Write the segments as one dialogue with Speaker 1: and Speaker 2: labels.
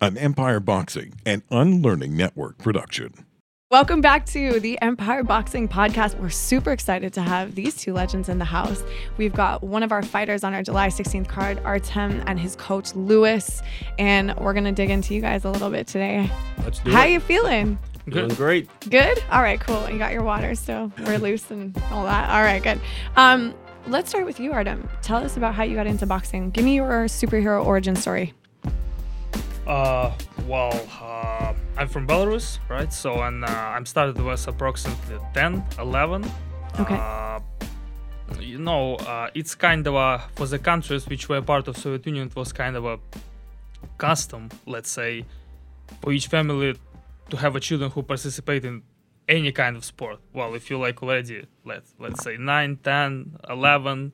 Speaker 1: an Empire Boxing and Unlearning Network production.
Speaker 2: Welcome back to the Empire Boxing Podcast. We're super excited to have these two legends in the house. We've got one of our fighters on our July 16th card, Artem, and his coach, Lewis. And we're going to dig into you guys a little bit today.
Speaker 3: Let's do
Speaker 2: How
Speaker 3: it.
Speaker 2: you feeling?
Speaker 3: Doing great.
Speaker 2: Good? All right, cool. You got your water still. We're loose and all that. All right, good. Um, let's start with you, Artem. Tell us about how you got into boxing. Give me your superhero origin story.
Speaker 4: Uh, well, uh, I'm from Belarus, right? So, and uh, I'm started was approximately 10, 11.
Speaker 2: Okay.
Speaker 4: Uh, you know, uh, it's kind of a, for the countries which were part of Soviet Union, it was kind of a custom, let's say, for each family to have a children who participate in any kind of sport. Well, if you like already, let, let's say 9, 10, 11,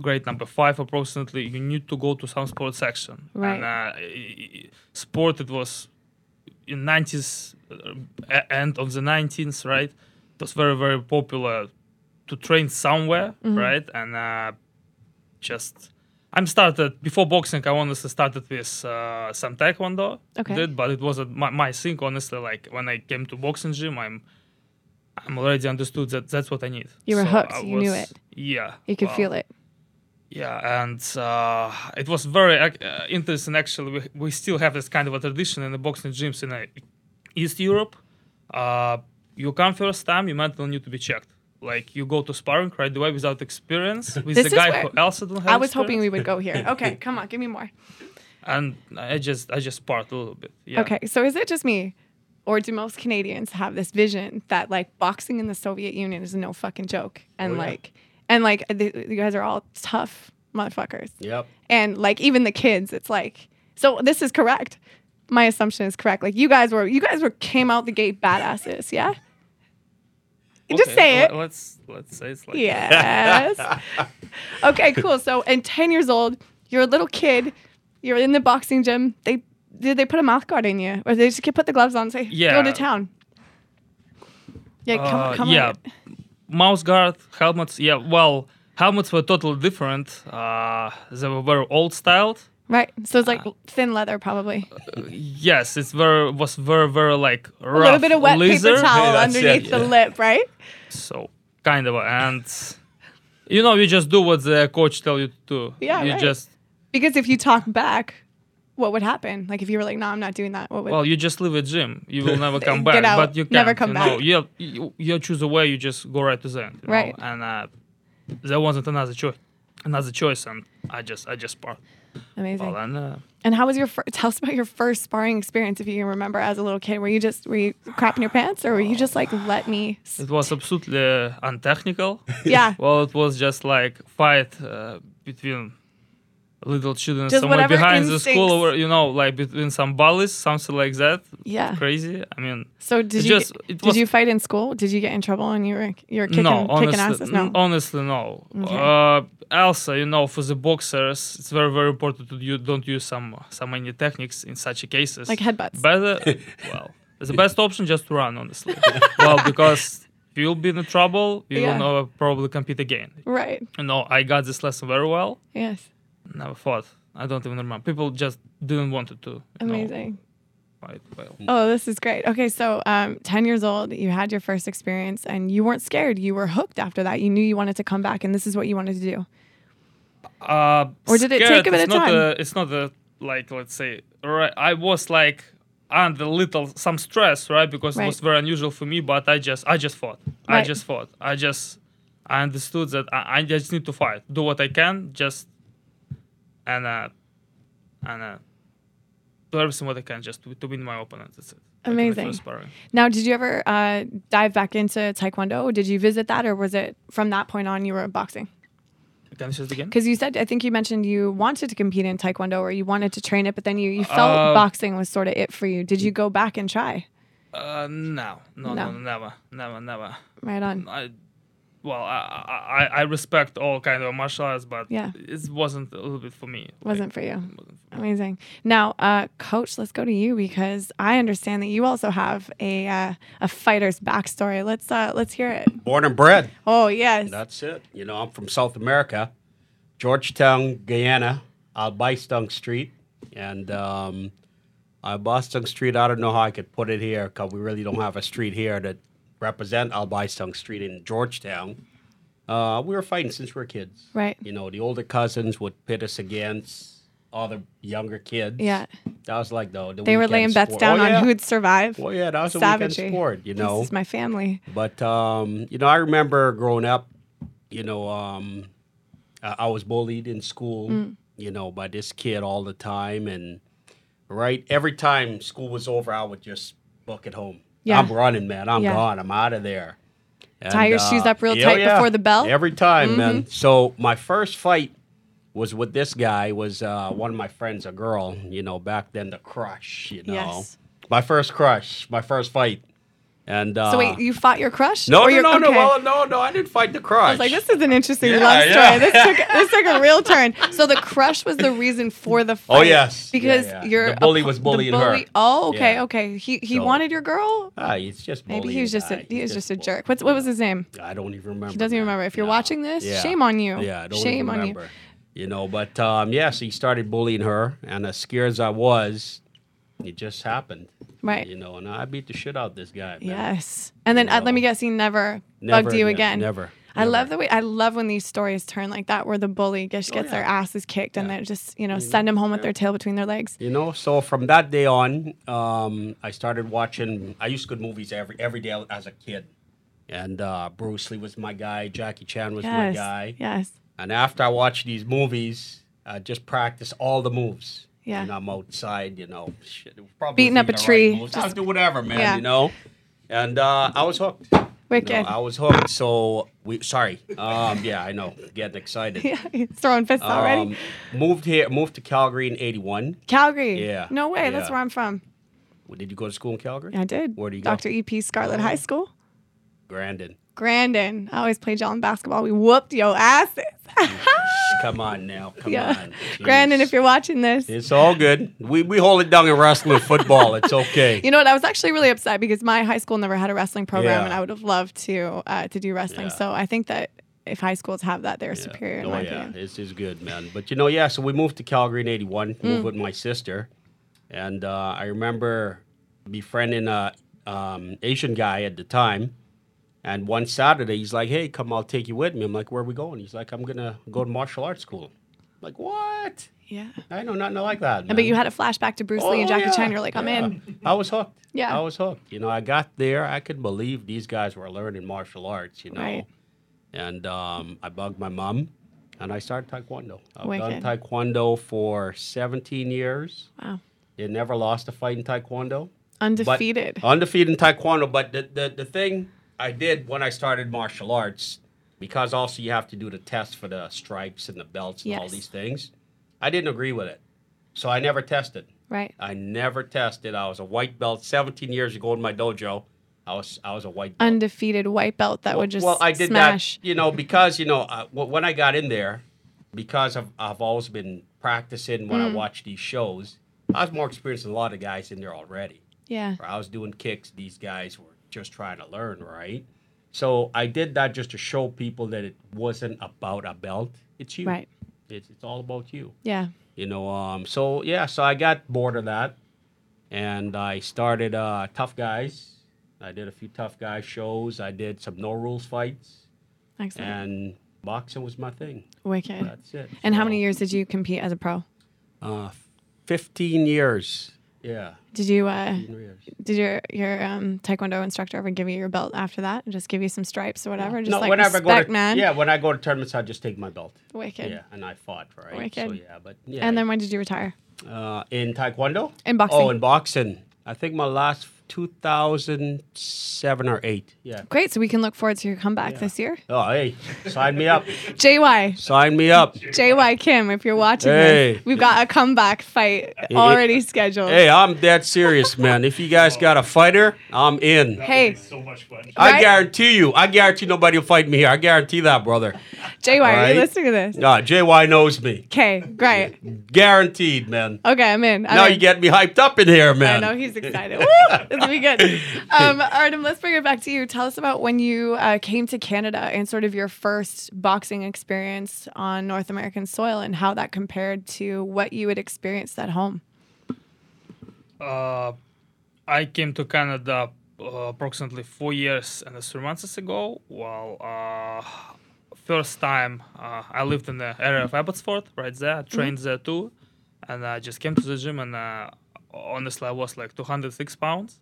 Speaker 4: grade number 5 approximately, you need to go to some sport section.
Speaker 2: Right.
Speaker 4: And, uh, i- i- sport, it was in 90s, uh, e- end of the 19th, right? It was very, very popular to train somewhere,
Speaker 2: Mm-hmm.
Speaker 4: right? And uh, just I'm started before boxing. I honestly started with uh, some taekwondo.
Speaker 2: Okay.
Speaker 4: Did, but it was a, my, my thing. Honestly, like when I came to boxing gym, I'm I'm already understood that that's what I need.
Speaker 2: You were
Speaker 4: So
Speaker 2: hooked,
Speaker 4: I
Speaker 2: you knew it.
Speaker 4: Yeah.
Speaker 2: You could
Speaker 4: well,
Speaker 2: feel it.
Speaker 4: yeah, and uh, it was very ac- uh, interesting. Actually, we, we still have this kind of a tradition in the boxing gyms in uh, East Europe. Uh, you come first time, you mentally need to be checked. Like you go to sparring right away without experience with
Speaker 2: This is
Speaker 4: the guy
Speaker 2: where
Speaker 4: who also don't have.
Speaker 2: I was hoping we
Speaker 4: experience.
Speaker 2: would go here. Okay, come on, give me more.
Speaker 4: And I just I just part a little bit. Yeah.
Speaker 2: Okay, so is it just me, or do most Canadians have this vision that like boxing in the Soviet Union is no fucking joke, and
Speaker 3: Oh, yeah.
Speaker 2: like, and like th- you guys are all tough motherfuckers,
Speaker 3: Yep.
Speaker 2: and like even the kids, it's like, so this is correct. My assumption is correct. Like you guys were, you guys were came out the gate badasses, yeah. Just
Speaker 4: Okay,
Speaker 2: say it.
Speaker 4: le- Let's let's say it's like
Speaker 2: Yes. okay, cool. So, and 10 years old, you're a little kid, you're in the boxing gym. They did they put a mouth guard in you, or they just put the gloves on and say, "Go
Speaker 4: Yeah.
Speaker 2: to town." Yeah, come,
Speaker 4: Uh,
Speaker 2: come
Speaker 4: yeah.
Speaker 2: on.
Speaker 4: mouse guard helmets. Yeah. Well, helmets were totally different. Uh, they were very old styled.
Speaker 2: Right. So it's
Speaker 4: Uh,
Speaker 2: like thin leather, probably.
Speaker 4: Yes, it's very was very very like
Speaker 2: A
Speaker 4: rough
Speaker 2: little bit of wet
Speaker 4: laser,
Speaker 2: paper towel
Speaker 3: Yeah, that's it,
Speaker 2: underneath the
Speaker 3: yeah.
Speaker 2: lip, right?
Speaker 4: So kind of and you know you just do what the coach tell you to do.
Speaker 2: Yeah,
Speaker 4: you
Speaker 2: right.
Speaker 4: just
Speaker 2: Because if you talk back, what would happen? Like if you were like, "No, I'm not doing that." What would?
Speaker 4: well you just leave a gym. You will never come
Speaker 2: Get
Speaker 4: back.
Speaker 2: out,
Speaker 4: But you can
Speaker 2: never come
Speaker 4: you
Speaker 2: back.
Speaker 4: Know, you, you you choose a way. You just go right to the end. you know,
Speaker 2: Right.
Speaker 4: And uh, there wasn't another choice. Another choice, and I just I just part.
Speaker 2: Amazing.
Speaker 4: Well, and uh,
Speaker 2: And how was your fir- tell us about your first sparring experience if you can remember as a little kid? Were you just were you crapping your pants or were you just like let me? s-
Speaker 4: it was absolutely uh, untechnical.
Speaker 2: Yeah,
Speaker 4: Well, it was just like fight uh, between little children
Speaker 2: Just
Speaker 4: somewhere
Speaker 2: whatever
Speaker 4: behind the
Speaker 2: instincts.
Speaker 4: school, or you know, like between some bullies, something like that.
Speaker 2: yeah.
Speaker 4: Crazy. I mean,
Speaker 2: So did
Speaker 4: It
Speaker 2: you
Speaker 4: just-
Speaker 2: get-
Speaker 4: it
Speaker 2: did
Speaker 4: was-
Speaker 2: you fight in school? Did you get in trouble and you were you were kicking
Speaker 4: no,
Speaker 2: kicking
Speaker 4: honestly,
Speaker 2: asses? No.
Speaker 4: n- honestly, no. Uh, also, you know, for the boxers, it's very, very important that you don't use some some many techniques in such cases.
Speaker 2: Like headbutts.
Speaker 4: Better, well, the best option just to run, honestly. well, because you'll be in trouble. You
Speaker 2: Yeah.
Speaker 4: will never probably compete again.
Speaker 2: Right.
Speaker 4: You know, I got this lesson very well.
Speaker 2: Yes.
Speaker 4: Never thought. I don't even remember. People just didn't want to. you know,
Speaker 2: Amazing.
Speaker 4: fight well.
Speaker 2: Oh, this is great. Okay, so um, ten years old, you had your first experience and you weren't scared. You were hooked after that. You knew you wanted to come back and this is what you wanted to do.
Speaker 4: Uh,
Speaker 2: Or did it take
Speaker 4: scared,
Speaker 2: a bit
Speaker 4: it's
Speaker 2: of
Speaker 4: not
Speaker 2: time?
Speaker 4: A, it's not a like let's say right. I was like under little some stress, right? Because
Speaker 2: Right.
Speaker 4: it was very unusual for me. But I just I just fought. I
Speaker 2: Right.
Speaker 4: just fought. I just I understood that I, I just need to fight, do what I can, just and uh and uh do everything what I can just to, to win my opponent. That's it. Like in the
Speaker 2: Amazing.
Speaker 4: first sparring.
Speaker 2: Now, did you ever uh, dive back into taekwondo? Did you visit that, or was it from that point on you were boxing?
Speaker 4: Can you say it again?
Speaker 2: Because you said, I think you mentioned you wanted to compete in taekwondo or you wanted to train it, but then you, you felt
Speaker 4: Uh,
Speaker 2: boxing was sort of it for you. Did you go back and try?
Speaker 4: Uh, no, no,
Speaker 2: No.
Speaker 4: no, never, never, never.
Speaker 2: Right on.
Speaker 4: I, well, I, I, I respect all kind of martial arts, but
Speaker 2: Yeah.
Speaker 4: it wasn't a little bit for me. Like,
Speaker 2: Wasn't for you.
Speaker 4: wasn't for me.
Speaker 2: Amazing. Now, uh, coach, let's go to you because I understand that you also have a uh, a fighter's backstory. Let's uh, let's hear it.
Speaker 3: Born and bred.
Speaker 2: Oh yes.
Speaker 3: That's it. You know, I'm from South America, Georgetown, Guyana, Albaistung Street, and um, Uh, Boston Street, I don't know how I could put it here because we really don't have a street here that represent Albiston Street in Georgetown. Uh, we were fighting since we were kids.
Speaker 2: Right.
Speaker 3: You know, the older cousins would pit us against all the younger kids.
Speaker 2: Yeah.
Speaker 3: That was like, though, the
Speaker 2: They were
Speaker 3: weekend
Speaker 2: laying bets
Speaker 3: sport.
Speaker 2: down
Speaker 3: Oh, yeah.
Speaker 2: on who'd survive.
Speaker 3: Well, yeah, that was a
Speaker 2: Savagery.
Speaker 3: weekend sport, you know.
Speaker 2: This is my family.
Speaker 3: But um, you know, I remember growing up. You know, um, I, I was bullied in school.
Speaker 2: Mm.
Speaker 3: You know, by this kid all the time, and right every time school was over, I would just book it home.
Speaker 2: Yeah.
Speaker 3: I'm running, man. I'm
Speaker 2: Yeah.
Speaker 3: gone. I'm out of there. And, uh,
Speaker 2: Tie your shoes up real
Speaker 3: yeah,
Speaker 2: tight
Speaker 3: yeah.
Speaker 2: before the bell? Mm-hmm.
Speaker 3: Every time, man. So my first fight was with this guy. Was uh, one of my friends, a girl. You know, back then the crush. You know,
Speaker 2: Yes.
Speaker 3: my first crush, my first fight. And uh,
Speaker 2: So wait, you fought your crush? Or
Speaker 3: no, no,
Speaker 2: your-
Speaker 3: no, no,
Speaker 2: okay.
Speaker 3: well, no, no. I didn't fight the crush.
Speaker 2: I was like, this is an interesting
Speaker 3: Yeah,
Speaker 2: love story.
Speaker 3: yeah.
Speaker 2: This took this took a real turn. So the crush was the reason for the fight.
Speaker 3: Oh, yes. Yeah,
Speaker 2: because
Speaker 3: yeah.
Speaker 2: your
Speaker 3: The bully
Speaker 2: oppo-
Speaker 3: was
Speaker 2: the
Speaker 3: bullying her.
Speaker 2: bully- Oh, okay,
Speaker 3: Yeah.
Speaker 2: okay. He he
Speaker 3: So-
Speaker 2: wanted your girl.
Speaker 3: Ah, he's just
Speaker 2: Maybe
Speaker 3: bullying
Speaker 2: he was just a
Speaker 3: guy.
Speaker 2: he
Speaker 3: He's
Speaker 2: was just a
Speaker 3: bull-
Speaker 2: jerk. What's what was his name?
Speaker 3: I don't even remember.
Speaker 2: He doesn't even
Speaker 3: now.
Speaker 2: remember. If you're
Speaker 3: No.
Speaker 2: watching this,
Speaker 3: Yeah.
Speaker 2: shame on you.
Speaker 3: Yeah, I don't
Speaker 2: shame
Speaker 3: even
Speaker 2: on
Speaker 3: remember. You know, but um, yes, he started bullying her, and as scared as I was, it just happened.
Speaker 2: you. Right.
Speaker 3: You know, and I beat the shit out of this guy. Man.
Speaker 2: Yes. And then uh, let
Speaker 3: No.
Speaker 2: me guess, he never,
Speaker 3: Never
Speaker 2: bugged you
Speaker 3: ne-
Speaker 2: again.
Speaker 3: never,
Speaker 2: I love
Speaker 3: never. Oh,
Speaker 2: the way I love when these stories turn like that, where the bully just gets their
Speaker 3: yeah. Mm-hmm.
Speaker 2: asses kicked and they're just you know send them home with their tail between their legs.
Speaker 3: You know, so from that day on, um, I started watching. I used to go to movies every every day as a kid, and uh, Bruce Lee was my guy. Jackie Chan was my
Speaker 2: Yes.
Speaker 3: guy.
Speaker 2: Yes.
Speaker 3: And after I watch these movies, I just practice all the moves.
Speaker 2: Yeah.
Speaker 3: And I'm outside, you know, shit, it probably
Speaker 2: Beating
Speaker 3: wasn't
Speaker 2: up
Speaker 3: even
Speaker 2: a
Speaker 3: the right
Speaker 2: tree.
Speaker 3: moves. I'll do whatever, man,
Speaker 2: Yeah.
Speaker 3: you know? And uh, I was hooked. You know,
Speaker 2: Wicked.
Speaker 3: I was hooked. So, we sorry. Um, yeah, I know. Getting excited.
Speaker 2: Yeah, he's throwing fists already.
Speaker 3: Um, moved here, moved to Calgary in 81.
Speaker 2: Calgary.
Speaker 3: yeah,
Speaker 2: No way. That's
Speaker 3: yeah.
Speaker 2: where I'm from.
Speaker 3: Well, Did you go to school in Calgary?
Speaker 2: I did.
Speaker 3: Where do you go?
Speaker 2: Dr. E.P. Scarlett High School.
Speaker 3: Grandin.
Speaker 2: Grandin. I always played y'all in basketball. We whooped your asses.
Speaker 3: Come on now. Come
Speaker 2: Ah! yeah.
Speaker 3: on.
Speaker 2: Grandin,
Speaker 3: Jeez.
Speaker 2: if you're watching this.
Speaker 3: It's all good. We, we hold it down in wrestling and football. It's okay.
Speaker 2: You know what? I was actually really upset because my high school never had a wrestling program,
Speaker 3: Yeah.
Speaker 2: and I would have loved to uh, to do wrestling.
Speaker 3: Yeah.
Speaker 2: So I think that if high schools have that, they're
Speaker 3: Yeah.
Speaker 2: superior in
Speaker 3: oh,
Speaker 2: my
Speaker 3: yeah.
Speaker 2: opinion.
Speaker 3: This is good, man. But you know, yeah, so we moved to Calgary in 81,
Speaker 2: Mm.
Speaker 3: moved with my sister. And uh, I remember befriending a um, Asian guy at the time. And one Saturday, he's like, hey, come, I'll take you with me. I'm like, where are we going? He's like, I'm going to go to martial arts school. I'm like, what?
Speaker 2: Yeah.
Speaker 3: I know nothing like that.
Speaker 2: I
Speaker 3: man."
Speaker 2: bet you had a flashback to Bruce Lee and
Speaker 3: Oh,
Speaker 2: Jackie
Speaker 3: yeah.
Speaker 2: Chan. You're like, I'm
Speaker 3: Yeah.
Speaker 2: in.
Speaker 3: I was hooked.
Speaker 2: Yeah.
Speaker 3: I was hooked. You know, I got there. I could believe these guys were learning martial arts, you know.
Speaker 2: Right.
Speaker 3: And um, I bugged my mom and I started Taekwondo. I've
Speaker 2: Wicked.
Speaker 3: done Taekwondo for 17 years.
Speaker 2: Wow.
Speaker 3: They never lost a fight in Taekwondo. But- uh,
Speaker 2: Undefeated.
Speaker 3: Undefeated in Taekwondo. But the, the, the thing I did when I started martial arts, because also you have to do the test for the stripes and the belts and all
Speaker 2: Yes.
Speaker 3: these things, I didn't agree with it. So I never tested.
Speaker 2: right.
Speaker 3: I never tested. I was a white belt 17 years ago in my dojo. I was I was a white belt.
Speaker 2: Undefeated white belt that would just
Speaker 3: well, I did
Speaker 2: smash.
Speaker 3: that, you know, because you know uh, w- when I got in there, because I've I've always been practicing when
Speaker 2: Mm.
Speaker 3: I watch these shows. I was more experienced than a lot of guys in there already.
Speaker 2: Yeah.
Speaker 3: I was doing kicks. These guys were just trying to learn, right? So I did that just to show people that it wasn't about a belt. It's you.
Speaker 2: Right.
Speaker 3: It's it's all about you
Speaker 2: Yeah.
Speaker 3: you know um so yeah so i got bored of that and i started uh tough guys i did a few tough guy shows i did some no rules fights
Speaker 2: Excellent.
Speaker 3: and boxing was my thing
Speaker 2: Wicked.
Speaker 3: that's it
Speaker 2: And how
Speaker 3: So,
Speaker 2: many years did you compete as a pro?
Speaker 3: uh 15 years yeah
Speaker 2: Did you uh,
Speaker 3: 15 years.
Speaker 2: did your your um, taekwondo instructor ever give you your belt after that and just give you some stripes or whatever? Just
Speaker 3: No,
Speaker 2: like
Speaker 3: whenever
Speaker 2: respect,
Speaker 3: I go to,
Speaker 2: man.
Speaker 3: yeah when i go to tournaments i just take my belt
Speaker 2: Wicked.
Speaker 3: yeah and i fought right so
Speaker 2: Wicked.
Speaker 3: yeah but yeah
Speaker 2: And then when did you retire?
Speaker 3: uh in taekwondo
Speaker 2: In boxing.
Speaker 3: oh in boxing i think my last 2007 or 8 yeah
Speaker 2: Great. So we can look forward to your comeback this year.
Speaker 3: Oh, hey, sign me up.
Speaker 2: JY.
Speaker 3: Sign me up.
Speaker 2: JY Kim, if you're watching
Speaker 3: Hey.
Speaker 2: this, we've got a comeback fight
Speaker 3: it-
Speaker 2: already scheduled.
Speaker 3: Hey, I'm that serious, man. If you guys got a fighter, I'm in.
Speaker 2: Hey,
Speaker 5: so much fun.
Speaker 2: right?
Speaker 3: I guarantee you. I guarantee nobody will fight me here. I guarantee that, brother.
Speaker 2: JY, are
Speaker 3: Right?
Speaker 2: you listening to this?
Speaker 3: Nah, JY knows me.
Speaker 2: Okay, great.
Speaker 3: Guaranteed, man.
Speaker 2: Okay, I'm in. I'm
Speaker 3: Now
Speaker 2: in.
Speaker 3: you get me hyped up in here,
Speaker 2: I
Speaker 3: man.
Speaker 2: know he's excited. Woo! It's gonna be good. Um, Artem, let's bring it back to you. Tell us about when you uh, came to Canada and sort of your first boxing experience on North American soil and how that compared to what you had experienced at home.
Speaker 4: uh, I came to Canada uh, approximately four years and three months ago. Well, uh, first time uh, I lived in the area of Abbotsford, right there. I trained there too, and I just came to the gym and uh, honestly, I was like 206 pounds.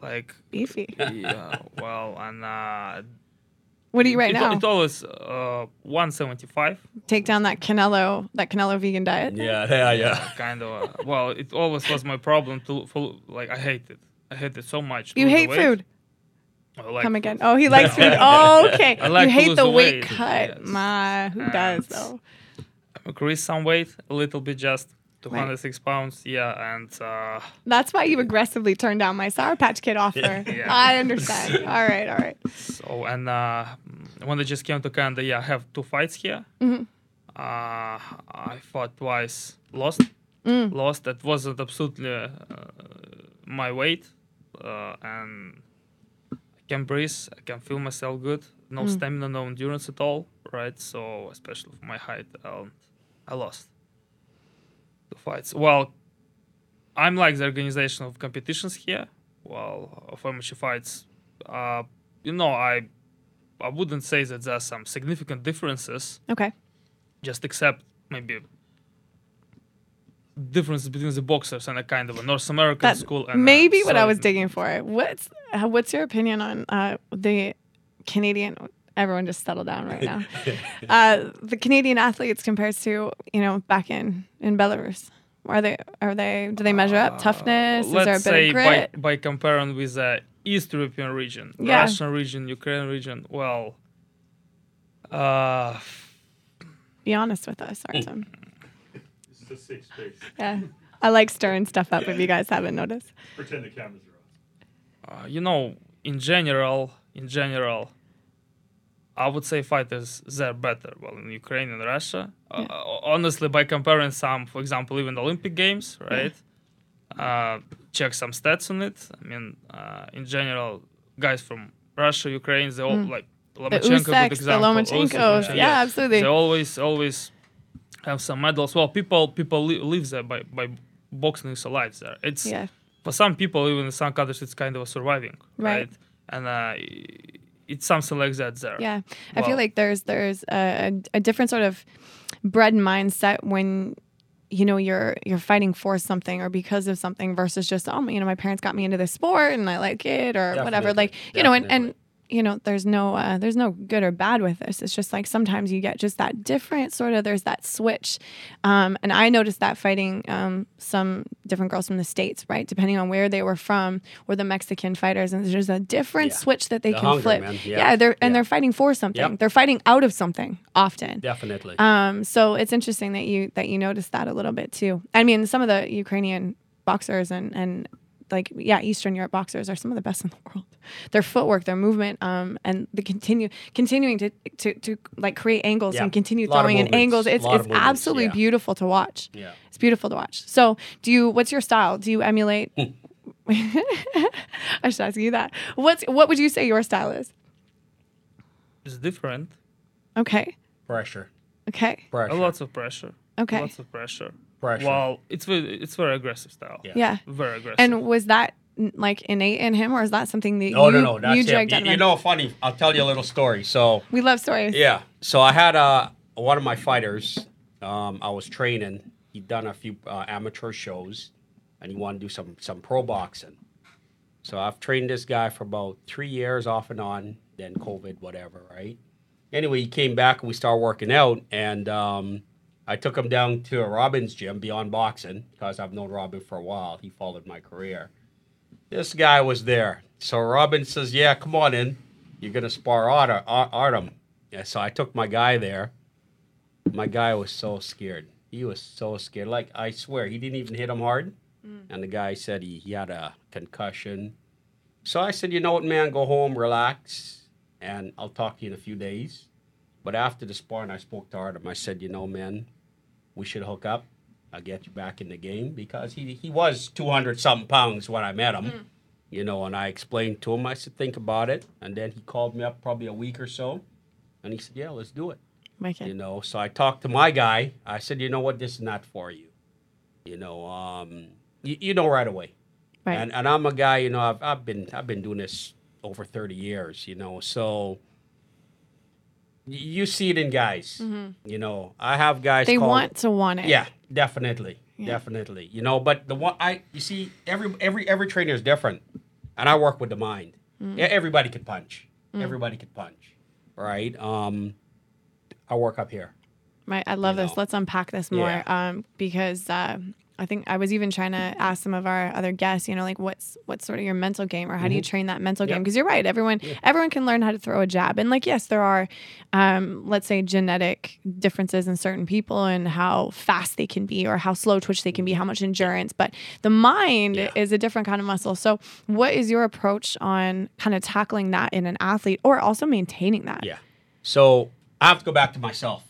Speaker 4: Like,
Speaker 2: Beefy.
Speaker 4: yeah, well, and uh,
Speaker 2: What do you right
Speaker 4: it,
Speaker 2: now?
Speaker 4: it always uh, 175.
Speaker 2: Take down that Canelo, that Canelo vegan diet.
Speaker 3: Yeah, yeah, yeah.
Speaker 4: kind of. Uh, well, it always was my problem to for like I hate it. I hate it so much.
Speaker 2: You
Speaker 4: lose the
Speaker 2: hate
Speaker 4: weight.
Speaker 2: food.
Speaker 4: I like
Speaker 2: Come
Speaker 4: food.
Speaker 2: again. Oh, he likes food. Oh, okay.
Speaker 4: I like
Speaker 2: you
Speaker 4: to
Speaker 2: hate
Speaker 4: lose
Speaker 2: the
Speaker 4: the
Speaker 2: weight,
Speaker 4: weight.
Speaker 2: cut.
Speaker 4: Yes.
Speaker 2: My, who
Speaker 4: And-
Speaker 2: does though?
Speaker 4: Increase some weight a little bit, just 206 pounds. Yeah, and uh,
Speaker 2: That's why you aggressively turned down my Sour Patch Kid offer.
Speaker 4: Yeah.
Speaker 2: I understand. all right, all right.
Speaker 4: so and uh, when I just came to Canada, yeah, I have two fights here. Uh, I fought twice, lost, lost. That wasn't absolutely uh, my weight, uh, and I can breathe. I can feel myself good. No stamina, no endurance at all, right? So especially for my height, um, I lost the fights. Well, I'm like the organization of competitions here. Well, of amateur fights, uh, you know, I I wouldn't say that there are some significant differences
Speaker 2: Okay.
Speaker 4: just except maybe differences between the boxers and a kind of a North American
Speaker 2: That
Speaker 4: school. And a
Speaker 2: maybe what I was
Speaker 4: Southern-
Speaker 2: digging for. What's uh, what's your opinion on uh, the Canadian? Everyone just settle down right now. uh, the Canadian athletes compared to you know back in in Belarus. Are they are they do they measure up toughness? Is there a
Speaker 4: Uh, Let's
Speaker 2: bit
Speaker 4: say
Speaker 2: of grit?
Speaker 4: by, by comparing with the East European region,
Speaker 2: Yeah.
Speaker 4: Russian region, Ukrainian region. Well, uh,
Speaker 2: Be honest with us,
Speaker 4: Mm.
Speaker 2: Artem. Yeah, I like stirring stuff up. If you guys haven't noticed,
Speaker 5: Pretend the cameras are off.
Speaker 4: uh, you know, in general, in general, I would say fighters they're better. Well, in Ukraine and Russia, Uh, uh, honestly, by comparing some, for example, even Olympic Games, right? Uh, check some stats on it. I mean, uh, in general, guys from Russia, Ukraine, they all like Lomachenko,
Speaker 2: Usaks,
Speaker 4: good
Speaker 2: Mm. the
Speaker 4: example. Usyk,
Speaker 2: Lomachenkos, yeah, absolutely.
Speaker 4: They always, always have some medals. Well, people, people li- live there by by boxing is alive there. It's
Speaker 2: yeah,
Speaker 4: for some people, even in some countries, it's kind of a surviving,
Speaker 2: Right.
Speaker 4: right? And uh, it's something like that there.
Speaker 2: yeah. I feel
Speaker 4: Wow.
Speaker 2: like there's there's a, a, a different sort of bred mindset when you know you're you're fighting for something or because of something versus just oh you know my parents got me into this sport and I like it or whatever
Speaker 3: Definitely,
Speaker 2: like you know and, and
Speaker 3: definitely.
Speaker 2: you know there's no uh, there's no good or bad with this it's just like sometimes you get just that different sort of there's that switch um, and I noticed that fighting um, some different girls from the states right depending on where they were from or the Mexican fighters and there's just a different
Speaker 3: Yeah.
Speaker 2: switch that they
Speaker 3: The
Speaker 2: can
Speaker 3: hunger,
Speaker 2: flip
Speaker 3: man.
Speaker 2: yeah.
Speaker 3: Yeah.
Speaker 2: they're and
Speaker 3: Yeah.
Speaker 2: they're fighting for something
Speaker 3: Yep.
Speaker 2: they're fighting out of something often
Speaker 3: Definitely.
Speaker 2: um, so it's interesting that you that you noticed that a little bit too. I mean, some of the Ukrainian boxers and and like yeah, Eastern Europe boxers are some of the best in the world. Their footwork, their movement, um, and the continue continuing to to, to like create angles
Speaker 3: Yeah.
Speaker 2: and continue
Speaker 3: Lot of
Speaker 2: throwing in
Speaker 3: movements.
Speaker 2: angles. It's
Speaker 3: Lot of
Speaker 2: it's
Speaker 3: movements,
Speaker 2: absolutely
Speaker 3: yeah.
Speaker 2: beautiful to watch.
Speaker 3: Yeah.
Speaker 2: It's beautiful to watch. So do you? What's your style? Do you emulate? I should ask you that. What's what would you say your style is?
Speaker 4: It's different.
Speaker 2: Okay,
Speaker 3: Pressure.
Speaker 2: okay,
Speaker 3: Pressure.
Speaker 4: A lots of pressure.
Speaker 2: Okay.
Speaker 4: Lots of pressure.
Speaker 3: Pressure.
Speaker 4: Well, it's very, it's very aggressive style.
Speaker 3: Yeah.
Speaker 2: yeah.
Speaker 4: Very aggressive.
Speaker 2: And was that n- like innate in him, or is that something that
Speaker 3: No,
Speaker 2: you,
Speaker 3: no, no. That's
Speaker 2: you
Speaker 3: him.
Speaker 2: dragged
Speaker 3: You,
Speaker 2: out of
Speaker 3: you
Speaker 2: him?
Speaker 3: know, funny. I'll tell you a little story. So,
Speaker 2: We love stories.
Speaker 3: yeah. So I had uh, one of my fighters. Um, I was training. He'd done a few uh, amateur shows, and he wanted to do some some pro boxing. So I've trained this guy for about three years, off and on. Then COVID, whatever, right? Anyway, he came back and we started working out, and um, I took him down to Robin's gym, Beyond Boxing, because I've known Robin for a while. He followed my career. This guy was there. So Robin says, Yeah, come on in. You're going to spar Ar- Ar- Artem. Yeah, so I took my guy there. My guy was so scared. He was so scared. Like, I swear, he didn't even hit him hard. And the guy said he, he had a concussion. So I said, You know what, man, go home, relax, and I'll talk to you in a few days. But after the sparring, I spoke to Artem. I said, You know, man, we should hook up. I'll get you back in the game because he, he was 200 something pounds when I met him,
Speaker 2: Mm.
Speaker 3: you know. And I explained to him, I said, think about it. And then he called me up probably a week or so and he said, yeah, let's do it,
Speaker 2: Wicked.
Speaker 3: you know. So I talked to my guy. I said, you know what, this is not for you, you know. Um, you, you know right away.
Speaker 2: Right.
Speaker 3: And, and I'm a guy, you know, I've, I've been I've been doing this over 30 years, you know, so y- you see it in guys. You know, I have guys
Speaker 2: Mm-hmm. they
Speaker 3: call-
Speaker 2: want to want it.
Speaker 3: yeah, definitely, definitely. You know, but the one I you see every every every trainer is different, and I work with the mind. E- Everybody can punch. Everybody can punch, right? Um, I work up here.
Speaker 2: Right. I love
Speaker 3: you
Speaker 2: this.
Speaker 3: know.
Speaker 2: Let's unpack this more
Speaker 3: Yeah.
Speaker 2: um, because uh, I think I was even trying to ask some of our other guests, you know, like what's what's sort of your mental game or how do you train that mental
Speaker 3: Mm-hmm. Yeah.
Speaker 2: game? Because you're right. Everyone everyone can learn how to throw a jab. And like, yes, there are, um, let's say, genetic differences in certain people and how fast they can be or how slow twitch they can be, how much endurance. But the mind
Speaker 3: Mm-hmm. Yeah.
Speaker 2: is a different kind of muscle. So what is your approach on kind of tackling that in an athlete or also maintaining that?
Speaker 3: Yeah. So I have to go back to myself.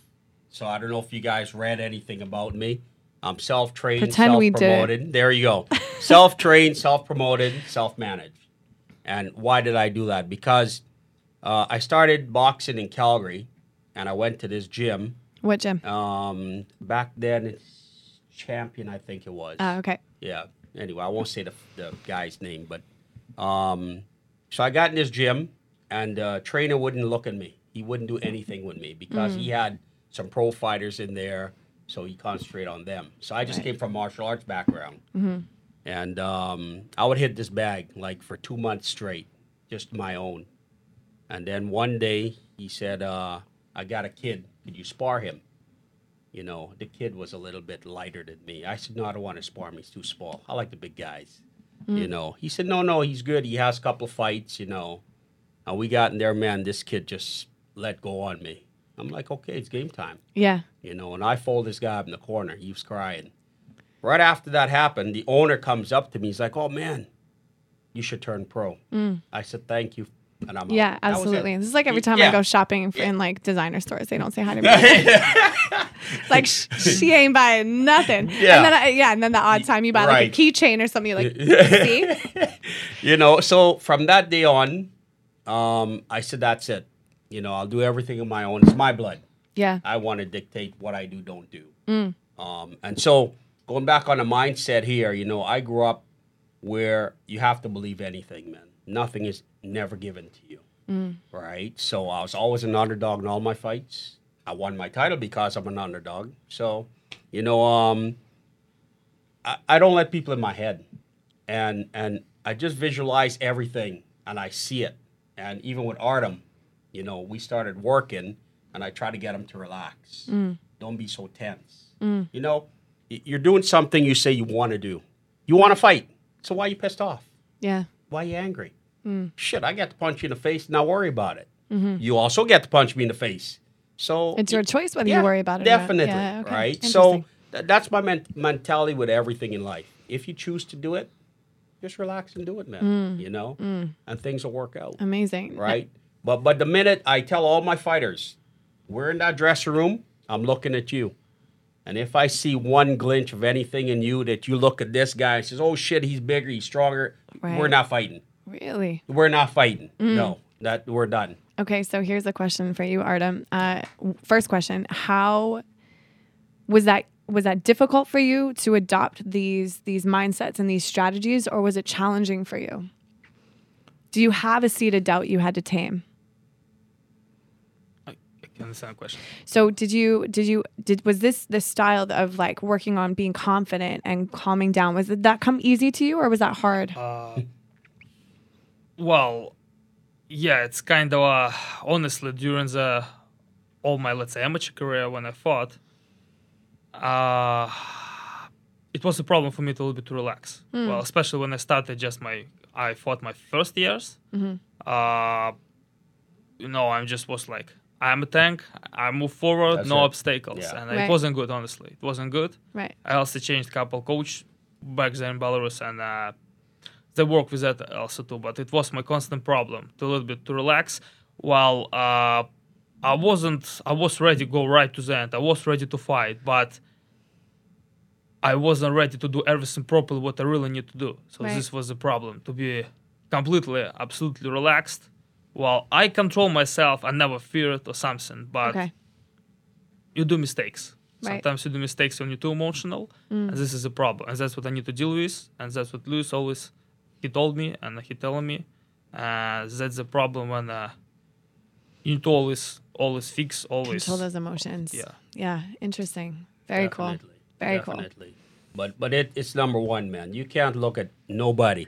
Speaker 3: So I don't know if you guys read anything about me. I'm self-trained,
Speaker 2: Pretend we did.
Speaker 3: self-promoted. There you go. self-trained, self-promoted, self-managed. And why did I do that? Because uh, I started boxing in Calgary, and I went to this gym.
Speaker 2: What Jim?
Speaker 3: Um, back then, it's Champion, I think it was.
Speaker 2: Uh, okay.
Speaker 3: Yeah. Anyway, I won't say the, the guy's name, but um, so I got in this gym, and uh, trainer wouldn't look at me. He wouldn't do anything with me because he had some pro fighters in there, so he concentrated on them. So I just came from martial arts background, and um, I would hit this bag like for two months straight, just my own. And then one day he said, uh, "I got a kid. Could you spar him?" you know, the kid was a little bit lighter than me. I said, no, I don't want to spar me. He's too small. I like the big guys. You know, he said, no, no, he's good. He has a couple of fights, you know. And we got in there, man, this kid just let go on me. I'm like, okay, it's game time,
Speaker 2: Yeah.
Speaker 3: you know. And I fold this guy up in the corner. He was crying. Right after that happened, the owner comes up to me. He's like, oh, man, you should turn pro. I said, thank you. And I'm out.
Speaker 2: Yeah,
Speaker 3: That was it.
Speaker 2: absolutely. This is like every
Speaker 3: Y-
Speaker 2: time I
Speaker 3: yeah.
Speaker 2: go shopping for, in like designer stores, they don't say hi to me. like sh- she ain't buying nothing.
Speaker 3: Yeah.
Speaker 2: And then I, yeah, and then the odd time you buy like
Speaker 3: Right.
Speaker 2: a keychain or something, you're like, see,
Speaker 3: you know so from that day on um, i said that's it you know i'll do everything on my own it's my blood
Speaker 2: yeah,
Speaker 3: i want to dictate what i do don't do um, and so going back on the mindset here you know i grew up where you have to believe anything man nothing is never given to you right so i was always an underdog in all my fights i won my title because i'm an underdog so you know um, I, I don't let people in my head and and I just visualize everything and I see it. And even with Artem, you know, we started working and I try to get him to relax. Don't be so tense. You know, y- you're doing something you say you want to do. You want to fight. So why you pissed off?
Speaker 2: yeah,
Speaker 3: Why you angry?
Speaker 2: Hmm.
Speaker 3: Shit, I got to punch you in the face. Now worry about it. You also get to punch me in the face. So
Speaker 2: Mm-hmm. it's your choice whether
Speaker 3: yeah,
Speaker 2: you worry about it.
Speaker 3: Definitely,
Speaker 2: or not. Yeah, okay.
Speaker 3: right?
Speaker 2: Interesting.
Speaker 3: So th- that's my men- mentality with everything in life. If you choose to do it, just relax and do it, man.
Speaker 2: Mm.
Speaker 3: You know, and things will work out,
Speaker 2: amazing,
Speaker 3: right? But but the minute I tell all my fighters, we're in that dressing room, I'm looking at you. And if I see one glinch of anything in you that you look at this guy and says, "Oh shit, he's bigger, he's stronger," we're
Speaker 2: Right.
Speaker 3: not fighting.
Speaker 2: Really?
Speaker 3: We're not fighting. No, that we're done.
Speaker 2: Okay, so here's a question for you, Artem. Uh, w- first question: How was that? Was that difficult for you to adopt these these mindsets and these strategies, or was it challenging for you? Do you have a seed of doubt you had to tame?
Speaker 4: I I can understand the question.
Speaker 2: So did you did you did was this this style of like working on being confident and calming down was did that come easy to you or was that hard?
Speaker 4: Uh, Well, yeah, it's kind of uh, honestly during the all my let's say amateur career when I fought, uh, it was a problem for me to a little bit to relax. Well, especially when I started just my I fought my first years. Uh, you know, I just was like I'm a tank. I move forward,
Speaker 3: That's
Speaker 4: no
Speaker 3: it.
Speaker 4: obstacles,
Speaker 3: Yeah.
Speaker 4: and
Speaker 2: Right.
Speaker 4: it wasn't good. Honestly, it wasn't good.
Speaker 2: right.
Speaker 4: I also changed couple coach back then in Belarus and uh, they work with that also too. But it was my constant problem to a little bit to relax while uh, I wasn't I was ready to go right to the end. I was ready to fight, but I wasn't ready to do everything properly what I really need to do. So
Speaker 2: Right.
Speaker 4: this was the problem to be completely absolutely relaxed. While I control myself, I never fear it or something. But
Speaker 2: Okay.
Speaker 4: you do mistakes.
Speaker 2: Right. Mm.
Speaker 4: Sometimes you do mistakes when you're too emotional, and this is a problem. And that's what I need to deal with. And that's what Lewis always he told me, and he telling me uh, that's the problem when uh, you need to always always fix always.
Speaker 2: Control those emotions.
Speaker 4: yeah.
Speaker 2: Yeah. Interesting. Very cool. Very cool.
Speaker 3: Definitely. But but it, it's number one, man. You can't look at nobody.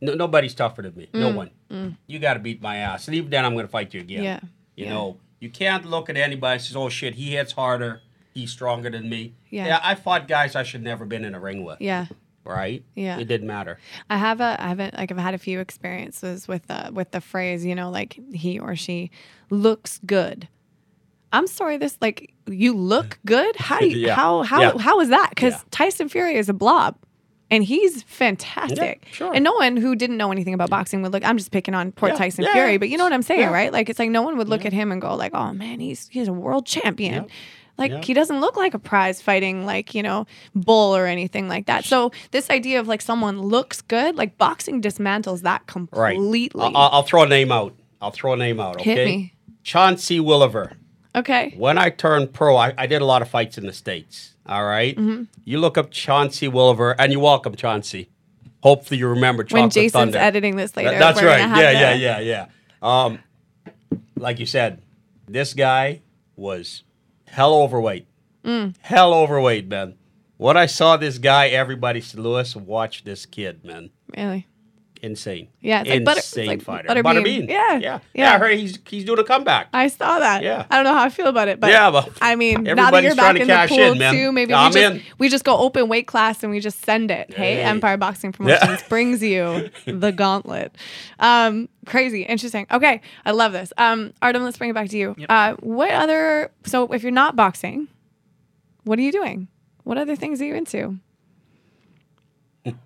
Speaker 3: No, nobody's tougher than me. No
Speaker 2: Mm,
Speaker 3: one. You got to beat my ass. Leave then I'm going to fight you again.
Speaker 2: Yeah,
Speaker 3: You
Speaker 2: yeah.
Speaker 3: know, you can't look at anybody and says, "Oh shit, he hits harder. He's stronger than me."
Speaker 2: Yeah.
Speaker 3: I fought guys I should never been in a ring with.
Speaker 2: Yeah.
Speaker 3: Right.
Speaker 2: Yeah.
Speaker 3: It didn't matter.
Speaker 2: I have a I haven't like I've had a few experiences with the with the phrase, you know, like he or she looks good. I'm sorry, this like you look good? How do you
Speaker 3: Yeah.
Speaker 2: how how
Speaker 3: Yeah.
Speaker 2: how is that? Because
Speaker 3: Yeah.
Speaker 2: Tyson Fury is a blob. And he's fantastic.
Speaker 3: Yeah, sure.
Speaker 2: And no one who didn't know anything about boxing would look. I'm just picking on poor
Speaker 3: Yeah,
Speaker 2: Tyson
Speaker 3: yeah,
Speaker 2: Fury,
Speaker 3: yeah.
Speaker 2: but you know what I'm saying,
Speaker 3: Yeah.
Speaker 2: right? Like it's like no one would look at him and go like, "Oh man, he's he's a world champion." Like
Speaker 3: Yeah.
Speaker 2: he doesn't look like a prize fighting like you know bull or anything like that. So this idea of like someone looks good, like boxing dismantles that
Speaker 3: Right.
Speaker 2: completely.
Speaker 3: I- I'll, I'll throw a name out. I'll throw a name out. Okay.
Speaker 2: Hit me.
Speaker 3: Chauncey Williver.
Speaker 2: okay,
Speaker 3: When I turned pro, I, I did a lot of fights in the States. All right?
Speaker 2: Mm-hmm.
Speaker 3: You look up Chauncey Williver and you're welcome, Chauncey. Hopefully you remember Chocolate
Speaker 2: when Jason's
Speaker 3: Thunder.
Speaker 2: editing this
Speaker 3: Th-
Speaker 2: later,
Speaker 3: that's
Speaker 2: we're
Speaker 3: right.
Speaker 2: gonna have
Speaker 3: Yeah, yeah,
Speaker 2: the-
Speaker 3: yeah, yeah. Um, like you said, this guy was hell overweight.
Speaker 2: Mm.
Speaker 3: Hell overweight, man. When I saw this guy, everybody said, Lewis, watch this kid, man.
Speaker 2: Really,
Speaker 3: Insane.
Speaker 2: Yeah, it's like
Speaker 3: Insane
Speaker 2: butter- it's like
Speaker 3: fighter.
Speaker 2: Butterbean. Yeah,
Speaker 3: Yeah. Yeah.
Speaker 2: yeah.
Speaker 3: I heard he's, he's doing a comeback.
Speaker 2: I saw that.
Speaker 3: Yeah.
Speaker 2: I don't know how I feel about it, but
Speaker 3: Yeah, but
Speaker 2: I mean, now that
Speaker 3: everybody's
Speaker 2: you're back
Speaker 3: trying to
Speaker 2: in the
Speaker 3: cash
Speaker 2: pool
Speaker 3: in, man.
Speaker 2: too, maybe
Speaker 3: I'm
Speaker 2: we just
Speaker 3: in.
Speaker 2: we just go open weight class and we just send it. Hey,
Speaker 3: Hey.
Speaker 2: Empire Boxing Promotions brings you the gauntlet. Um, crazy, interesting. Okay, I love this. Um, Artem, let's bring it back to you. Uh, what other? So, if you're not boxing, what are you doing? What other things are you into?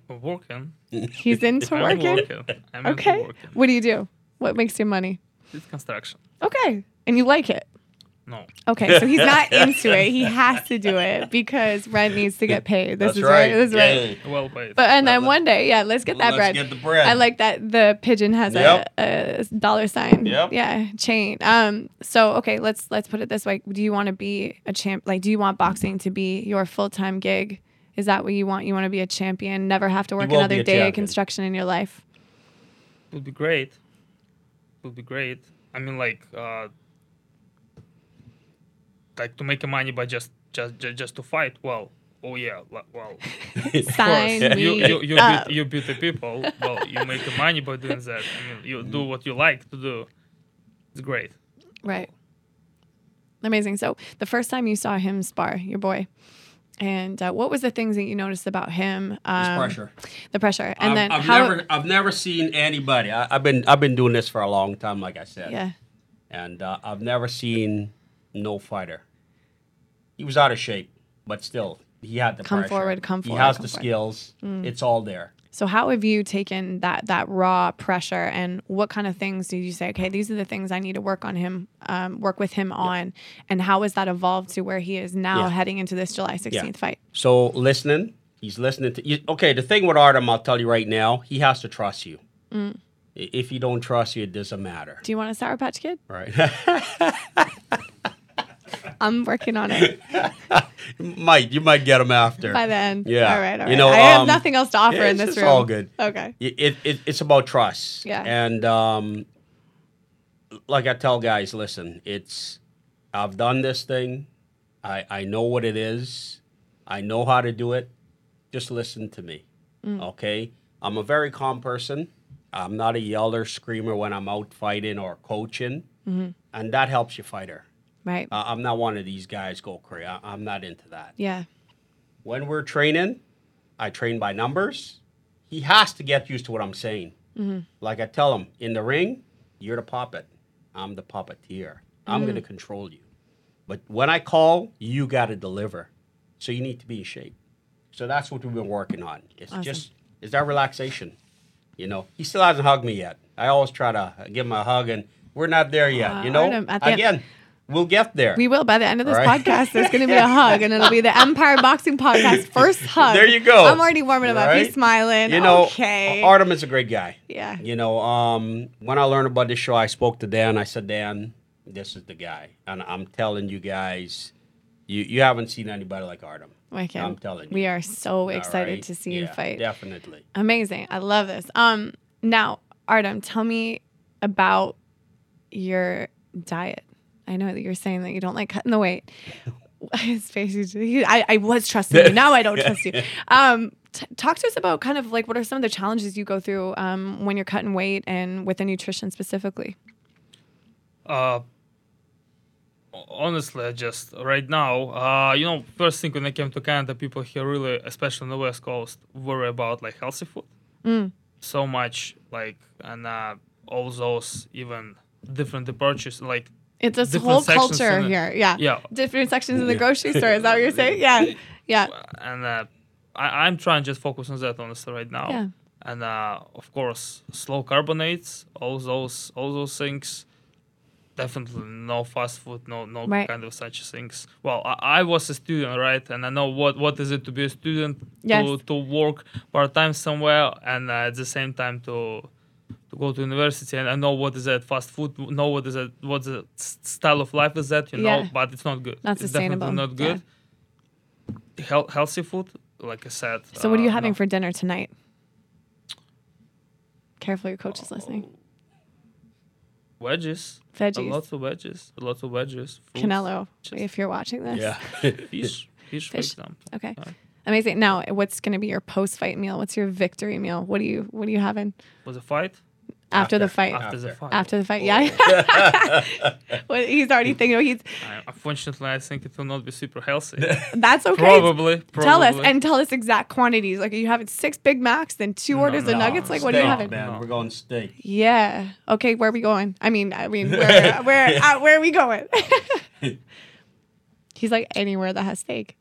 Speaker 4: Working.
Speaker 2: He's into
Speaker 4: I'm
Speaker 2: working.
Speaker 4: working. I'm into
Speaker 2: Okay.
Speaker 4: working.
Speaker 2: What do you do? What makes you money?
Speaker 4: It's construction.
Speaker 2: Okay, and you like it.
Speaker 4: No.
Speaker 2: Okay, so he's not into it. He has to do it because rent needs to get paid. This
Speaker 3: That's
Speaker 2: is
Speaker 3: right.
Speaker 2: right. This is right.
Speaker 3: Yeah.
Speaker 4: Well paid.
Speaker 2: But and then
Speaker 3: Let-
Speaker 2: one day, yeah, let's get that
Speaker 3: let's
Speaker 2: bread.
Speaker 3: get the bread.
Speaker 2: I like that the pigeon has
Speaker 3: Yep.
Speaker 2: a, a dollar sign.
Speaker 3: Yep.
Speaker 2: Yeah, chain. Um. So okay, let's let's put it this way. Do you want to be a champ? Like, do you want boxing to be your full time gig? Is that what you want? You want to be a champion, never have to work
Speaker 3: will be
Speaker 2: another
Speaker 3: a
Speaker 2: day of
Speaker 3: champion.
Speaker 2: construction in your life.
Speaker 4: would be great. Would be great. I mean, like, uh, like to make money by just just just, just to fight. Well, oh yeah, li- well,
Speaker 2: Sign me
Speaker 4: you you you
Speaker 2: up.
Speaker 4: beat, you beat the people. Well, you make money by doing that. I mean, you do what you like to do. It's great.
Speaker 2: Right. Amazing. So the first time you saw him spar, your boy, and uh, what was the things that you noticed about him?
Speaker 3: It's
Speaker 2: Um,
Speaker 3: pressure.
Speaker 2: The pressure. And
Speaker 3: I've,
Speaker 2: then
Speaker 3: I've
Speaker 2: how?
Speaker 3: never I've never seen anybody. I, I've been I've been doing this for a long time, like I said.
Speaker 2: yeah.
Speaker 3: And uh, I've never seen no fighter. He was out of shape, but still he had the
Speaker 2: Come
Speaker 3: pressure.
Speaker 2: forward, come
Speaker 3: He
Speaker 2: forward,
Speaker 3: has
Speaker 2: come
Speaker 3: the
Speaker 2: forward. Mm.
Speaker 3: skills. It's all there.
Speaker 2: So how have you taken that that raw pressure, and what kind of things did you say? Okay, these are the things I need to work on him, um, work with him on, and how has that evolved to where he is now
Speaker 3: Yeah.
Speaker 2: heading into this July sixteenth fight?
Speaker 3: So listening, he's listening to. You, okay, the thing with Artem, I'll tell you right now, he has to trust you.
Speaker 2: Mm.
Speaker 3: I- If he don't trust you, it doesn't matter.
Speaker 2: Do you want a sour patch kid?
Speaker 3: Right.
Speaker 2: I'm working on it
Speaker 3: might you might get him after
Speaker 2: by then.
Speaker 3: Yeah.
Speaker 2: All right. All right.
Speaker 3: You know,
Speaker 2: I have
Speaker 3: um,
Speaker 2: nothing else to offer
Speaker 3: yeah,
Speaker 2: in
Speaker 3: it's
Speaker 2: this
Speaker 3: just
Speaker 2: room.
Speaker 3: all good.
Speaker 2: Okay.
Speaker 3: it, it, it- it's about trust.
Speaker 2: Yeah.
Speaker 3: And um, like I tell guys, listen, it's I've done this thing. I I know what it is. I know how to do it. Just listen to me. Okay? I'm a very calm person. I'm not a yeller, screamer when I'm out fighting or coaching. And that helps your fighter.
Speaker 2: Right.
Speaker 3: Uh, I'm not one of these guys go crazy. I, I'm not into that
Speaker 2: yeah.
Speaker 3: when we're training, I train by numbers. He has to get used to what I'm saying.
Speaker 2: Mm-hmm.
Speaker 3: Like I tell him in the ring, you're the puppet. I'm the puppeteer. I'm going to
Speaker 2: Mm-hmm.
Speaker 3: control you. But when I call, you got to deliver. So you need to be in shape. So that's what we've been working on. It's
Speaker 2: Awesome.
Speaker 3: just it's that relaxation. You know, he still hasn't hugged me yet. I always try to give him a hug, and we're not there yet.
Speaker 2: Aw,
Speaker 3: you know,
Speaker 2: Artem, at the end-
Speaker 3: again, we'll get there.
Speaker 2: We will by the end of this
Speaker 3: Right.
Speaker 2: podcast. There's going to be a hug, and it'll be the Empire Boxing Podcast first hug.
Speaker 3: There you go.
Speaker 2: I'm already warming him up. He's
Speaker 3: Right?
Speaker 2: smiling.
Speaker 3: You know,
Speaker 2: okay.
Speaker 3: Artem is a great guy.
Speaker 2: Yeah.
Speaker 3: You know, um, when I learned about this show, I spoke to Dan. I said, Dan, this is the guy, and I'm telling you guys, You you haven't seen anybody like Artem.
Speaker 2: Wicked.
Speaker 3: I'm telling you.
Speaker 2: We are so
Speaker 3: All
Speaker 2: excited
Speaker 3: right?
Speaker 2: to see you
Speaker 3: Yeah,
Speaker 2: fight.
Speaker 3: Definitely.
Speaker 2: Amazing. I love this. Um now, Artem, tell me about your diet. I know that you're saying that you don't like cutting the weight. His face is- he- I, I was trusting you. Now I don't trust you. Um t- talk to us about kind of like what are some of the challenges you go through um, when you're cutting weight and with the nutrition specifically.
Speaker 4: uh honestly I just right now uh you know first thing when i came to canada people here really especially on the west coast worry about like healthy food so much like and uh all those even different the purchase like
Speaker 2: It's this
Speaker 4: Different
Speaker 2: whole
Speaker 4: sections
Speaker 2: culture
Speaker 4: in it.
Speaker 2: here. Yeah.
Speaker 4: Yeah.
Speaker 2: Different sections in the grocery store. Is that what you're saying? Yeah. Yeah.
Speaker 4: and uh, I, I'm trying to just focus on that honestly right now.
Speaker 2: Yeah.
Speaker 4: And uh, of course, slow carbonates, all those, all those things. Definitely no fast food, no no
Speaker 2: Right.
Speaker 4: kind of such things. Well, I, I was a student, right, and I know what what is it to be a student, to
Speaker 2: Yes.
Speaker 4: to work part time somewhere, and uh, at the same time to to go to university and I know what is that fast food, know what is that what the s- style of life is that you know,
Speaker 2: Yeah.
Speaker 4: but it's not good.
Speaker 2: Not
Speaker 4: it's
Speaker 2: sustainable.
Speaker 4: Definitely not
Speaker 2: Yeah.
Speaker 4: good. Heal- healthy food, like I said.
Speaker 2: So what are you
Speaker 4: uh,
Speaker 2: having
Speaker 4: no.
Speaker 2: for dinner tonight? Careful, your coach is
Speaker 4: Uh,
Speaker 2: listening.
Speaker 4: Wedges. A
Speaker 2: Veggies.
Speaker 4: lot of wedges. A lot of wedges. fruits,
Speaker 2: Canelo,
Speaker 4: just-
Speaker 2: if you're watching this.
Speaker 4: Fish. Fish, for
Speaker 2: Fish.
Speaker 4: example.
Speaker 2: Okay.
Speaker 4: Yeah.
Speaker 2: Amazing. Now, what's going to be your post-fight meal? What's your victory meal? What do you What are you having
Speaker 4: For the fight.
Speaker 2: after, the
Speaker 3: After-
Speaker 2: fight? After,
Speaker 4: After the
Speaker 3: After.
Speaker 4: fight.
Speaker 2: the fight, yeah. well, he's already thinking. He's
Speaker 4: I, unfortunately, I think it will not be super healthy.
Speaker 2: that's okay.
Speaker 4: probably, probably.
Speaker 2: Tell us and tell us exact quantities. Like, are you having six Big Macs, then two orders of
Speaker 4: no,
Speaker 2: nuggets? Like, what are you
Speaker 3: Steak,
Speaker 2: having?
Speaker 3: Man,
Speaker 4: No.
Speaker 3: we're going steak.
Speaker 2: Yeah. Okay. Where are we going? I mean, I mean, where where uh, where are we going? He's like anywhere that has steak.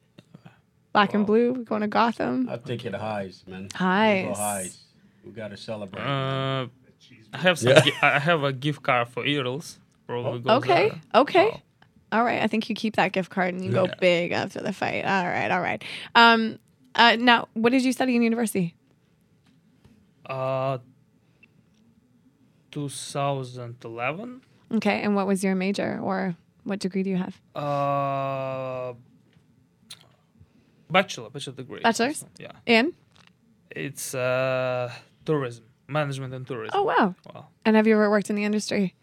Speaker 2: Black and blue. We're going to Gotham.
Speaker 3: I'm thinking highs, man. We
Speaker 2: Highs.
Speaker 3: go highs. We gotta celebrate.
Speaker 4: Uh, I have some. gi- I I have a gift card for Earls. Probably goes
Speaker 2: Okay.
Speaker 4: there.
Speaker 2: Okay. All right. I think you keep that gift card and you go big after the fight. All right. All right. Um. Uh. Now, what did you study in university?
Speaker 4: Uh, 2011.
Speaker 2: Okay. And what was your major or what degree do you have?
Speaker 4: Uh, bachelor, bachelor degree.
Speaker 2: Bachelor's?
Speaker 4: Yeah,
Speaker 2: In.
Speaker 4: it's uh, tourism, management and tourism.
Speaker 2: Oh wow.
Speaker 4: Well,
Speaker 2: And have you ever worked in the industry?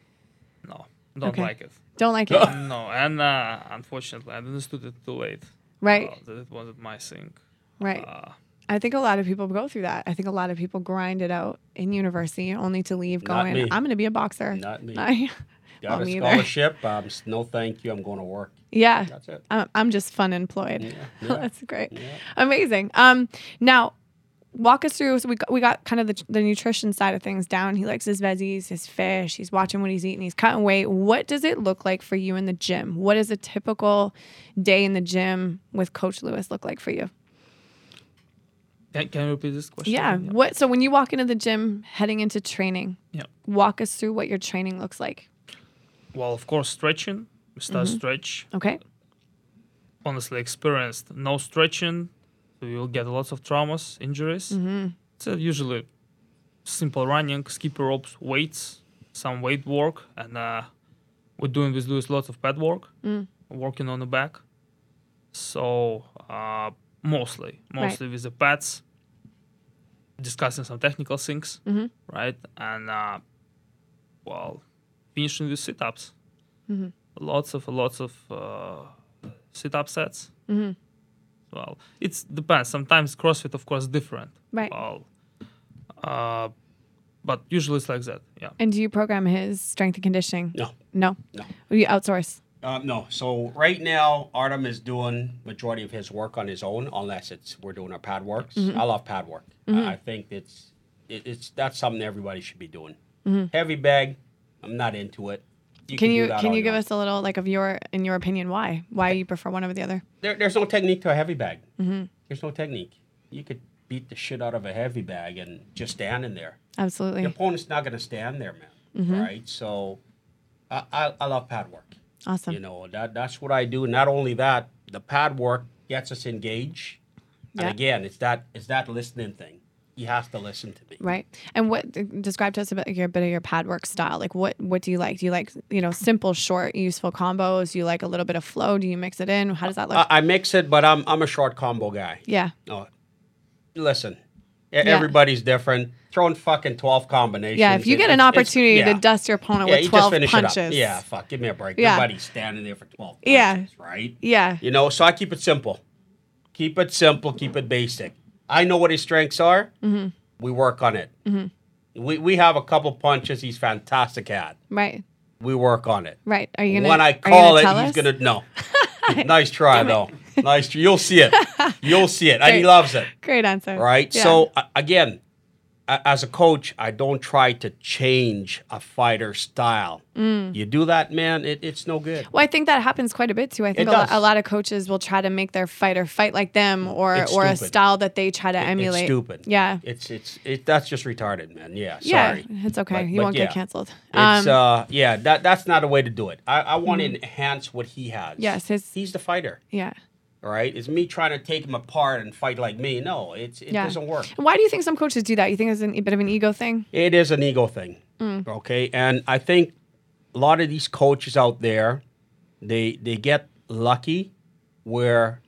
Speaker 4: no, don't
Speaker 2: Okay.
Speaker 4: like it.
Speaker 2: Don't like it.
Speaker 4: No, and uh, unfortunately, I understood it too late.
Speaker 2: Right.
Speaker 4: Uh, that it wasn't my thing.
Speaker 2: Right.
Speaker 4: Uh,
Speaker 2: I think a lot of people go through that. I think a lot of people grind it out in university only to leave
Speaker 3: Not
Speaker 2: going,
Speaker 3: me.
Speaker 2: I'm going to be a boxer.
Speaker 3: Not me.
Speaker 2: I-
Speaker 3: Got
Speaker 2: well,
Speaker 3: a
Speaker 2: me either.
Speaker 3: scholarship. Um, s- no, thank you. I'm going to work.
Speaker 2: yeah.
Speaker 3: That's it.
Speaker 2: I'm, I'm just fun employed.
Speaker 3: Yeah, yeah.
Speaker 2: That's great.
Speaker 3: Yeah.
Speaker 2: Amazing. Um, now, walk us through. So we got, we got kind of the, the nutrition side of things down. He likes his veggies, his fish. He's watching what he's eating. He's cutting weight. What does it look like for you in the gym? What does a typical day in the gym with Coach Lewis look like for you?
Speaker 4: can, can you repeat this question?
Speaker 2: Yeah. What? So when you walk into the gym, heading into training,
Speaker 4: Yeah.
Speaker 2: walk us through what your training looks like.
Speaker 4: Well, of course, stretching. We start
Speaker 2: Mm-hmm.
Speaker 4: stretch.
Speaker 2: Okay.
Speaker 4: honestly experienced no stretching so you'll get lots of traumas injuries so usually simple running skip ropes weights some weight work and uh, we're doing with Lewis lots of pad work working on the back so uh, mostly mostly with the pads discussing some technical things right and uh, well finishing with sit-ups lots of lots of uh, sit-up sets.
Speaker 2: Mm-hmm.
Speaker 4: Well, it's depends. Sometimes CrossFit, of course, different.
Speaker 2: Right.
Speaker 4: Well, uh, but usually it's like that. Yeah.
Speaker 2: And do you program his strength and conditioning?
Speaker 3: No.
Speaker 2: No.
Speaker 3: No.
Speaker 2: You outsource.
Speaker 3: Um, no. So right now, Artem is doing majority of his work on his own, unless it's we're doing our pad works.
Speaker 2: Mm-hmm.
Speaker 3: I love pad work. I, I think it's it, it's that's something everybody should be doing. Heavy bag, I'm not into it.
Speaker 2: Mm-hmm. Can
Speaker 3: do
Speaker 2: you
Speaker 3: that
Speaker 2: can
Speaker 3: all
Speaker 2: you give
Speaker 3: want.
Speaker 2: us a little like of your in your opinion why why you prefer one over the other?
Speaker 3: There, there's no technique to a heavy bag.
Speaker 2: Mm-hmm.
Speaker 3: There's no technique. You could beat the shit out of a heavy bag and just
Speaker 2: Mm-hmm.
Speaker 3: stand in there.
Speaker 2: Absolutely.
Speaker 3: Your opponent's not going to stand there, man.
Speaker 2: Mm-hmm.
Speaker 3: Right? So, I, I I love pad work.
Speaker 2: Awesome.
Speaker 3: You know, that that's what I do. Not only that, the pad work gets us engaged.
Speaker 2: Yeah.
Speaker 3: And again, it's that it's that listening thing. you have to listen to me.
Speaker 2: Right. And what describe to us a bit your bit of your pad work style. Like what what do you like? Do you like, you know, simple, short, useful combos? Do you like a little bit of flow? Do you mix it in? How does that look?
Speaker 3: I, I mix it, but I'm I'm a short combo guy.
Speaker 2: yeah.
Speaker 3: No, listen, e- everybody's different. Throwing fucking twelve combinations.
Speaker 2: Yeah. If you
Speaker 3: it-
Speaker 2: get an
Speaker 3: it's- it's-
Speaker 2: opportunity
Speaker 3: yeah.
Speaker 2: to dust your opponent
Speaker 3: Yeah,
Speaker 2: with
Speaker 3: you just
Speaker 2: twelve
Speaker 3: finish it up.
Speaker 2: punches.
Speaker 3: Yeah, fuck, give me a break.
Speaker 2: Yeah.
Speaker 3: Everybody's standing there for twelve punches,
Speaker 2: Yeah.
Speaker 3: right?
Speaker 2: Yeah.
Speaker 3: You know, so I keep it simple. Keep it simple. Keep it basic. I know what his strengths are.
Speaker 2: Mm-hmm.
Speaker 3: We work on it. We, we have a couple punches he's fantastic at.
Speaker 2: Right.
Speaker 3: We work on it.
Speaker 2: Right. Are you gonna
Speaker 3: when
Speaker 2: are
Speaker 3: I
Speaker 2: you
Speaker 3: call it,
Speaker 2: tell
Speaker 3: he's
Speaker 2: us?
Speaker 3: gonna no. nice try though. Nice. tr- You'll see it. You'll see it, and he
Speaker 2: Great.
Speaker 3: loves it.
Speaker 2: Great answer.
Speaker 3: Right.
Speaker 2: Yeah.
Speaker 3: So a- again, a- as a coach, I don't try to change a fighter's style.
Speaker 2: Mm.
Speaker 3: You do that, man, it, it's no good.
Speaker 2: Well, I think that happens quite a bit too. I think
Speaker 3: It
Speaker 2: a, lo-
Speaker 3: does.
Speaker 2: a lot of coaches will try to make their fighter fight like them, or
Speaker 3: It's
Speaker 2: or a
Speaker 3: stupid.
Speaker 2: style that they try to emulate.
Speaker 3: It's stupid.
Speaker 2: Yeah.
Speaker 3: It's it's it. That's just retarded, man. Yeah. Sorry.
Speaker 2: Yeah. Um, It's okay.
Speaker 3: But-
Speaker 2: you
Speaker 3: but
Speaker 2: won't get
Speaker 3: yeah.
Speaker 2: canceled.
Speaker 3: It's uh yeah that that's not a way to do it. I, I want to enhance what he has.
Speaker 2: Mm-hmm. Yes, his-
Speaker 3: he's the fighter.
Speaker 2: yeah.
Speaker 3: All right, it's me trying to take him apart and fight like me. No, it's it
Speaker 2: Yeah.
Speaker 3: doesn't work.
Speaker 2: And why do you think some coaches do that? You think it's an, a bit of an ego thing?
Speaker 3: It is an ego thing.
Speaker 2: Mm.
Speaker 3: Okay. And I think a lot of these coaches out there, they they get lucky where,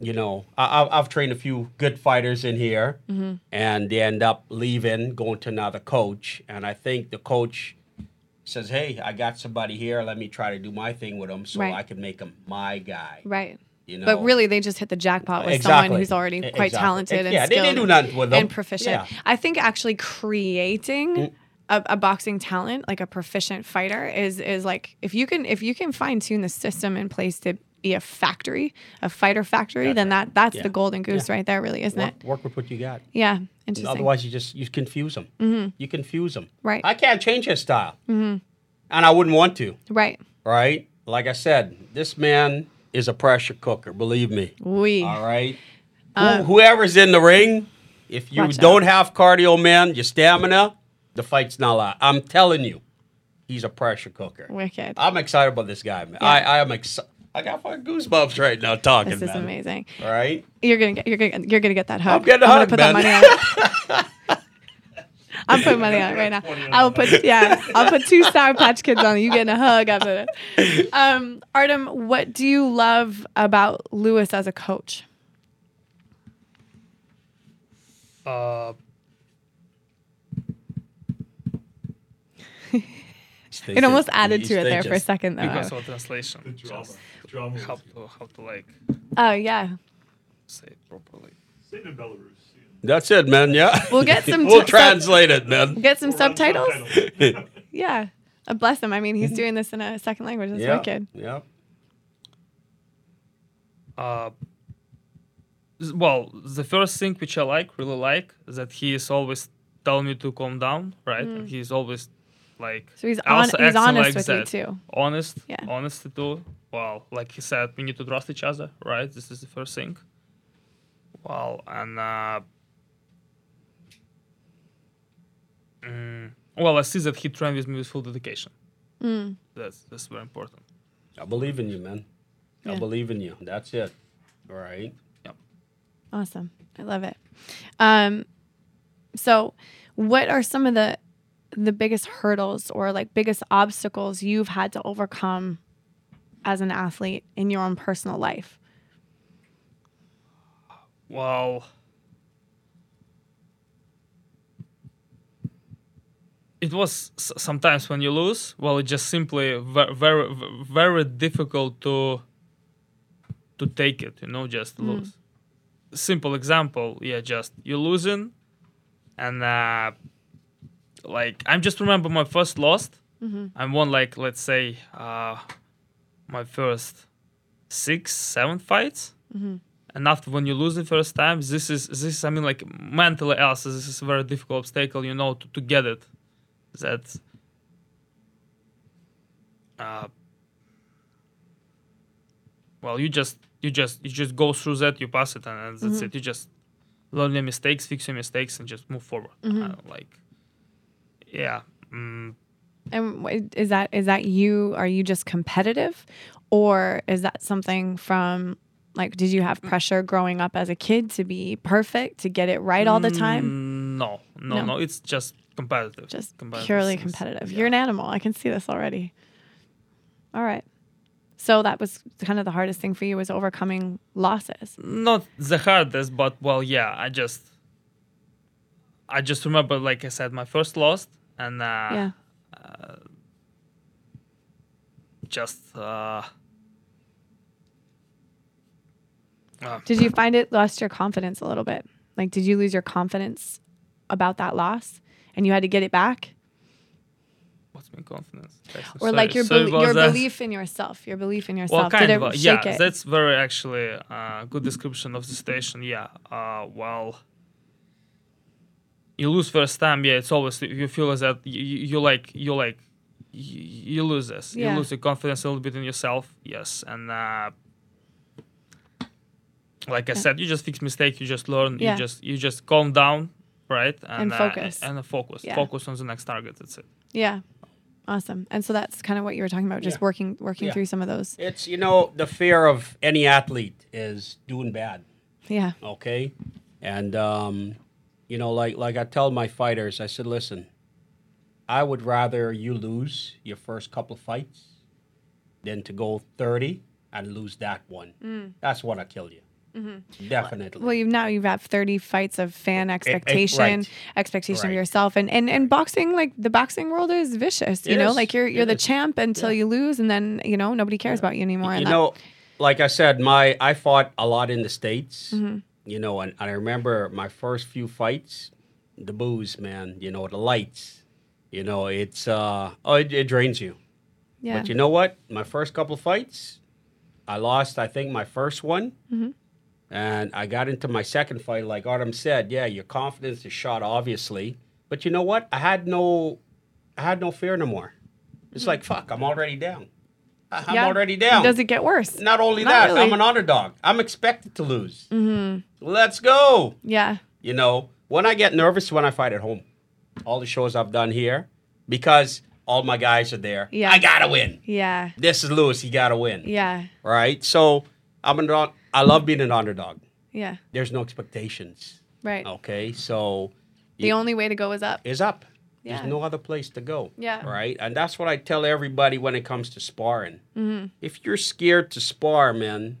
Speaker 3: you know, I, I've, I've trained a few good fighters in here
Speaker 2: Mm-hmm.
Speaker 3: and they end up leaving, going to another coach. And I think the coach says, hey, I got somebody here. Let me try to do my thing with him so
Speaker 2: Right.
Speaker 3: I can make him my guy.
Speaker 2: Right.
Speaker 3: You know?
Speaker 2: But really, they just hit the jackpot with
Speaker 3: Exactly.
Speaker 2: someone who's already
Speaker 3: E-
Speaker 2: quite
Speaker 3: exactly.
Speaker 2: talented and
Speaker 3: Yeah, they
Speaker 2: skilled
Speaker 3: didn't do nothing with them.
Speaker 2: and proficient.
Speaker 3: Yeah. Mm.
Speaker 2: I think actually creating a, a boxing talent, like a proficient fighter, is is like if you can if you can fine tune the system in place to be a factory, a fighter factory,
Speaker 3: That's
Speaker 2: then
Speaker 3: right.
Speaker 2: that that's
Speaker 3: Yeah.
Speaker 2: the golden goose right there, really, isn't
Speaker 3: Work,
Speaker 2: it?
Speaker 3: work with what you got.
Speaker 2: Yeah,
Speaker 3: And
Speaker 2: interesting.
Speaker 3: Otherwise, you just you confuse them. You confuse them.
Speaker 2: Mm-hmm. Right. Mm-hmm.
Speaker 3: I can't change his style, and I wouldn't want to.
Speaker 2: right?
Speaker 3: Right. Like I said, this man is a pressure cooker. Believe me.
Speaker 2: We
Speaker 3: All right. Who, whoever's in the ring, if you
Speaker 2: Um, Watch out.
Speaker 3: don't have cardio, man, your stamina, the fight's not live. I'm telling you, he's a pressure cooker.
Speaker 2: wicked.
Speaker 3: I'm excited about this guy, man. I, I am excited. I got fucking goosebumps right now talking.
Speaker 2: This is
Speaker 3: man.
Speaker 2: amazing.
Speaker 3: All right.
Speaker 2: You're gonna get you're gonna you're gonna get that hook.
Speaker 3: I'm getting a
Speaker 2: gonna
Speaker 3: hook,
Speaker 2: put
Speaker 3: man.
Speaker 2: that money on. it. I'm putting money on it right now. I will put yeah, I'll put two star patch kids on it. You getting a hug after this. Um Artem, what do you love about Lewis as a coach?
Speaker 4: Uh,
Speaker 3: He's
Speaker 2: It
Speaker 3: thinking.
Speaker 2: almost added
Speaker 3: He's
Speaker 2: to it there for a
Speaker 3: thinking.
Speaker 2: second though.
Speaker 4: because of translation.
Speaker 5: Drama.
Speaker 4: Just
Speaker 5: Drama.
Speaker 4: how to, how to like
Speaker 2: Oh yeah.
Speaker 4: say it properly.
Speaker 5: Sit in Belarus. yeah.
Speaker 3: That's it, man. Yeah.
Speaker 2: We'll get some
Speaker 3: we'll
Speaker 2: t-
Speaker 3: translate it, man.
Speaker 2: Get some
Speaker 5: Or run
Speaker 2: subtitles? Yeah. Uh, bless him. I mean he's doing this in a second language. That's wicked.
Speaker 3: Yeah.
Speaker 4: uh, s- well, the first thing which I like, really like, is that he is always telling me to calm down, right? And he is always like
Speaker 2: Mm. So he's
Speaker 4: I
Speaker 2: on-
Speaker 4: also
Speaker 2: he's
Speaker 4: acting
Speaker 2: honest with you
Speaker 4: that.
Speaker 2: too.
Speaker 4: Honest,
Speaker 2: Yeah.
Speaker 4: honest too. Well, like he said, we need to trust each other, right? This is the first thing. Well, and uh, mm, well, I see that he trained with me with full dedication. That's that's very important.
Speaker 3: I believe in you, man. I
Speaker 2: Yeah.
Speaker 3: believe in you. That's it. All right.
Speaker 2: Awesome. I love it. Um, so what are some of the the biggest hurdles or like biggest obstacles you've had to overcome as an athlete in your own personal life?
Speaker 4: Well, it was s- sometimes when you lose. Well, it's just simply very, very, very difficult to to take it. You know, just lose. Simple example, yeah, just you're losing, and uh, like I'm just remember my first loss. I won like let's say uh, my first six, seven fights and after when you lose the first time this is this is, i mean like mentally also this is a very difficult obstacle you know to, to get it that uh, well you just you just you just go through that you pass it and, and that's
Speaker 2: Mm-hmm.
Speaker 4: it you just learn your mistakes fix your mistakes and just move forward
Speaker 2: Mm-hmm.
Speaker 4: Uh, like yeah mm,
Speaker 2: And wh- is that is that you are you just competitive or is that something from Like, did you have pressure growing up as a kid to be perfect, to get it right all the time?
Speaker 4: Mm, No, no,
Speaker 2: No.
Speaker 4: no, It's just competitive.
Speaker 2: Just
Speaker 4: Competitive
Speaker 2: purely
Speaker 4: sense.
Speaker 2: competitive. You're an animal. I can see this already. All right. So that was kind of the hardest thing for you was overcoming losses.
Speaker 4: Not the hardest, but well, yeah. I just, I just remember, like I said, my first loss, and uh,
Speaker 2: yeah.
Speaker 4: just. Uh, uh,
Speaker 2: Did you find it lost your confidence a little bit? Like, did you lose your confidence about that loss, and you had to get it back,
Speaker 4: what's my confidence?
Speaker 2: or like your
Speaker 4: belief.
Speaker 2: bel your belief in yourself, your belief in
Speaker 4: Well,
Speaker 2: yourself?
Speaker 4: kind
Speaker 2: did it
Speaker 4: of. uh,
Speaker 2: shake
Speaker 4: Yeah,
Speaker 2: it?
Speaker 4: that's very actually uh, good description of the situation. Yeah. Uh, well, you lose first time. Yeah, it's always you feel as that you, you like you like you, you lose this.
Speaker 2: Yeah.
Speaker 4: You lose your confidence a little bit in yourself. Yes, and uh, like I said, you just fix mistake. You just learn.
Speaker 2: Yeah.
Speaker 4: You just you just calm down, right?
Speaker 2: And focus.
Speaker 4: Uh, and focus.
Speaker 2: Yeah.
Speaker 4: Focus on the next target. That's it.
Speaker 2: yeah, awesome. And so that's kind of what you were talking about, just
Speaker 3: Yeah.
Speaker 2: working working
Speaker 3: Yeah.
Speaker 2: through some of those.
Speaker 3: It's you know the fear of any athlete is doing bad.
Speaker 2: Yeah,
Speaker 3: okay and um, you know like like i tell my fighters i said listen i would rather you lose your first couple fights than to go 30 and lose that one
Speaker 2: Mm.
Speaker 3: that's what'll kill you
Speaker 2: Mm-hmm.
Speaker 3: definitely
Speaker 2: Well, you've now you've got 30 fights of fan
Speaker 3: eh,
Speaker 2: expectation,
Speaker 3: right.
Speaker 2: expectation of
Speaker 3: Right.
Speaker 2: yourself, and and and boxing like the boxing world is vicious. You
Speaker 3: It
Speaker 2: know,
Speaker 3: is.
Speaker 2: like you're
Speaker 3: It
Speaker 2: you're the
Speaker 3: is.
Speaker 2: champ until you lose, and then you know nobody cares about you anymore. and
Speaker 3: you
Speaker 2: that-
Speaker 3: know like i said my i fought a lot in the states
Speaker 2: Mm-hmm.
Speaker 3: you know and, and i remember my first few fights the booze man you know the lights you know it's uh oh it, it drains you
Speaker 2: yeah,
Speaker 3: But you know what? My first couple fights, I lost, I think, my first one.
Speaker 2: Mm-hmm.
Speaker 3: And I got into my second fight, like Artem said, yeah, your confidence is shot, obviously. But you know what? I had no I had no fear no more. It's like, fuck, I'm already down. I- I'm
Speaker 2: Mm-hmm. Yeah.
Speaker 3: already down.
Speaker 2: Does it get worse?
Speaker 3: Not only
Speaker 2: Not
Speaker 3: that,
Speaker 2: really. Mm-hmm.
Speaker 3: I'm an underdog. I'm expected to lose. Let's go.
Speaker 2: Yeah.
Speaker 3: You know, when I get nervous when I fight at home, all the shows I've done here, because all my guys are there.
Speaker 2: Yeah.
Speaker 3: I gotta win.
Speaker 2: Yeah.
Speaker 3: This is Lewis. He gotta win.
Speaker 2: Yeah.
Speaker 3: Right. So I'm an under- I love being an underdog.
Speaker 2: Yeah.
Speaker 3: There's no expectations.
Speaker 2: Right.
Speaker 3: Okay. So
Speaker 2: The
Speaker 3: Oh, you-
Speaker 2: only way to go is up.
Speaker 3: is up.
Speaker 2: Yeah.
Speaker 3: There's no other place to go.
Speaker 2: Yeah.
Speaker 3: Right. And that's what I tell everybody when it comes to sparring.
Speaker 2: Mm-hmm.
Speaker 3: If you're scared to spar, man,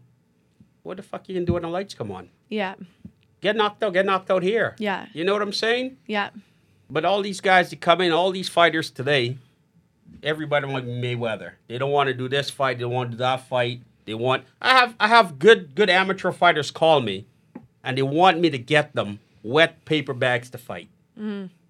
Speaker 3: what the fuck you can do when the lights come on?
Speaker 2: Yeah.
Speaker 3: Get knocked out. Get knocked out here.
Speaker 2: Yeah.
Speaker 3: You know what I'm saying?
Speaker 2: Yeah.
Speaker 3: But all these guys that come in, all these fighters today, everybody want Mayweather. They don't want to do this fight. They want to do that fight. They want. I have I have good good amateur fighters call me, and they want me to get them wet paper bags to fight.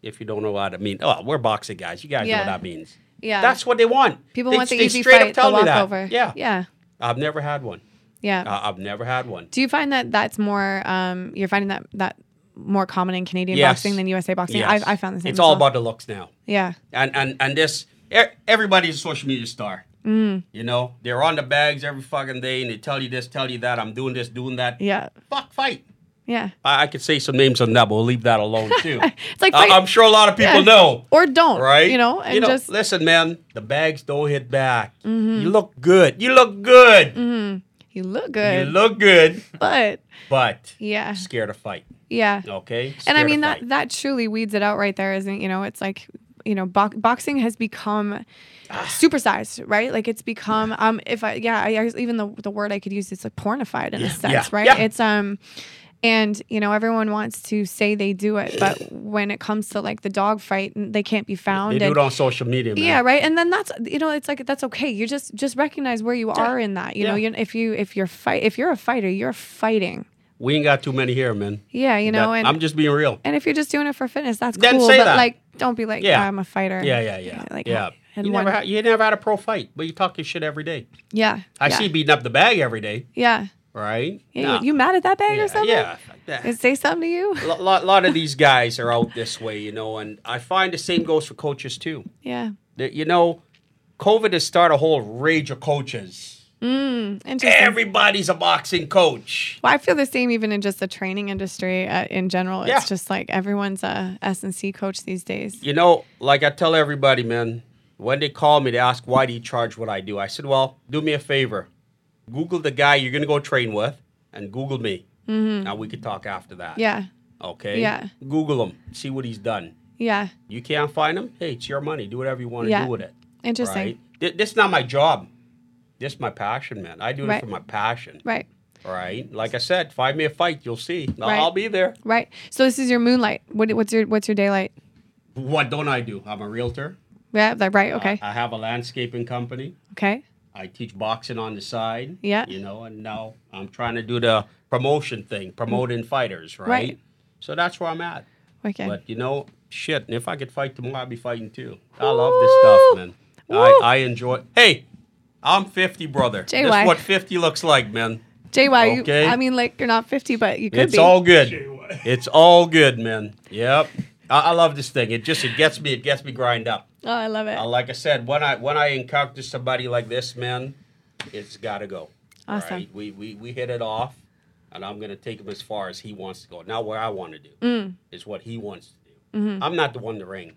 Speaker 3: If you don't know what I mean, oh, we're boxing guys. You guys
Speaker 2: Mm-hmm. Yeah.
Speaker 3: know what that means.
Speaker 2: Yeah.
Speaker 3: That's what they want.
Speaker 2: People
Speaker 3: They-
Speaker 2: want the
Speaker 3: they
Speaker 2: easy
Speaker 3: straight up
Speaker 2: fight, the
Speaker 3: tell me that.
Speaker 2: walkover.
Speaker 3: Yeah. Uh,
Speaker 2: Yeah.
Speaker 3: I've never had one.
Speaker 2: Yeah.
Speaker 3: I- I've never had one.
Speaker 2: Do you find that that's more um you're finding that that more common in Canadian
Speaker 3: Yes.
Speaker 2: boxing than USA boxing?
Speaker 3: Yes.
Speaker 2: I I found the same.
Speaker 3: It's
Speaker 2: as
Speaker 3: all
Speaker 2: well.
Speaker 3: about the looks now.
Speaker 2: Yeah.
Speaker 3: and and and this e- everybody's a social media star.
Speaker 2: Mm.
Speaker 3: You know, they're on the bags every fucking day, and they tell you this, tell you that. I'm doing this, doing that.
Speaker 2: Yeah.
Speaker 3: Fuck, fight.
Speaker 2: Yeah.
Speaker 3: I, I could say some names on that, but we'll leave that alone too.
Speaker 2: It's like
Speaker 3: I,
Speaker 2: fight-
Speaker 3: am sure a lot of people
Speaker 2: Yeah.
Speaker 3: know,
Speaker 2: Or don't.
Speaker 3: right?
Speaker 2: You know, and just Mm-hmm.
Speaker 3: listen, man. The bags don't hit back. You look good. You look good.
Speaker 2: you look
Speaker 3: You
Speaker 2: good.
Speaker 3: look good,
Speaker 2: but
Speaker 3: but
Speaker 2: yeah.
Speaker 3: scared to fight.
Speaker 2: Yeah. and
Speaker 3: Okay.
Speaker 2: I
Speaker 3: Scared to
Speaker 2: mean that
Speaker 3: fight.
Speaker 2: that truly weeds it out right there, isn't you know? It's like you know, bo- boxing has become
Speaker 3: Ah.
Speaker 2: supersized, right? Like it's become um, if I yeah, I, I even the the word I could use is like pornified in a sense,
Speaker 3: yeah,
Speaker 2: right?
Speaker 3: yeah.
Speaker 2: It's um. And you know everyone wants to say they do it, but when it comes to like the dog fight, they can't be found.
Speaker 3: they do
Speaker 2: and-
Speaker 3: it on social media, man.
Speaker 2: yeah right and then that's you know it's like that's okay you just just recognize where you are in that you know
Speaker 3: Yeah.
Speaker 2: you, if you if you're fight if you're a fighter you're fighting
Speaker 3: We ain't got too many here, man.
Speaker 2: yeah you know
Speaker 3: That-
Speaker 2: and
Speaker 3: I'm just being real.
Speaker 2: and if you're just doing it for fitness, that's
Speaker 3: Then
Speaker 2: cool.
Speaker 3: say
Speaker 2: but
Speaker 3: that.
Speaker 2: like, don't be like,
Speaker 3: Yeah.
Speaker 2: "Oh, I'm a fighter.
Speaker 3: Yeah, yeah, yeah.
Speaker 2: Like,
Speaker 3: yeah.
Speaker 2: And
Speaker 3: you,
Speaker 2: one,
Speaker 3: never had, you never had a pro fight, but you talk your shit every day.
Speaker 2: yeah.
Speaker 3: I
Speaker 2: yeah,
Speaker 3: see beating up the bag every day,
Speaker 2: Yeah.
Speaker 3: right?
Speaker 2: yeah
Speaker 3: Nah.
Speaker 2: you, you mad at that bag
Speaker 3: yeah,
Speaker 2: or something?
Speaker 3: Yeah. fuck that.
Speaker 2: Did it say something to you?
Speaker 3: Lo- lot, lot of these guys are out this way, you know, and I find the same goes for coaches too.
Speaker 2: Yeah.
Speaker 3: That, you know, COVID has started a whole rage of coaches.
Speaker 2: Interesting.
Speaker 3: Everybody's a boxing coach.
Speaker 2: well, I feel the same even in just the training industry uh, in general. It's
Speaker 3: Yeah.
Speaker 2: just like everyone's a S and C coach these days.
Speaker 3: You know, like I tell everybody, man, when they call me, they ask, why do you charge what I do? I said, well, do me a favor. Google the guy you're going to go train with and Google me. Mm-hmm. Now we could talk after that.
Speaker 2: Yeah.
Speaker 3: Okay.
Speaker 2: Yeah.
Speaker 3: Google him. See what he's done.
Speaker 2: Yeah.
Speaker 3: You can't find him. Hey, it's your money. Do whatever you want to
Speaker 2: Yeah.
Speaker 3: do with it.
Speaker 2: Interesting.
Speaker 3: Right. Th- this is not my job. This is my passion, man. I do
Speaker 2: Right.
Speaker 3: it for my passion.
Speaker 2: Right.
Speaker 3: All right. Like I said, find me a fight. You'll see. I'll-
Speaker 2: Right.
Speaker 3: I'll be there.
Speaker 2: Right. So this is your moonlight. What, what's your what's your daylight?
Speaker 3: What don't I do? I'm a realtor.
Speaker 2: Yeah. That, right. Okay.
Speaker 3: I, I have a landscaping company.
Speaker 2: okay.
Speaker 3: I teach boxing on the side.
Speaker 2: Yeah.
Speaker 3: You know, and now I'm trying to do the promotion thing, promoting fighters, right?
Speaker 2: Right.
Speaker 3: So that's where I'm at.
Speaker 2: Okay.
Speaker 3: But you know, shit, if I could fight tomorrow, I'd be fighting too. I love this stuff, man. I,
Speaker 2: Woo!
Speaker 3: I enjoy Hey, I'm 50, brother. This
Speaker 2: JY.
Speaker 3: is what 50 looks like, man.
Speaker 2: JY,
Speaker 3: Okay.
Speaker 2: you, I mean, like you're not 50, but you could
Speaker 3: it's
Speaker 2: be.
Speaker 3: all good. It's all good, man. Yep. I, I love this thing. It just it gets me, it gets me grind up.
Speaker 2: oh, I love it.
Speaker 3: Uh, like I said, when I when I encounter somebody like this, man, it's got to go. All
Speaker 2: Awesome.
Speaker 3: right? We, we we hit it off, and I'm gonna take him as far as he wants to go. Not where I want to do
Speaker 2: Mm.
Speaker 3: is what he wants to do.
Speaker 2: Mm-hmm.
Speaker 3: I'm not the one to ring,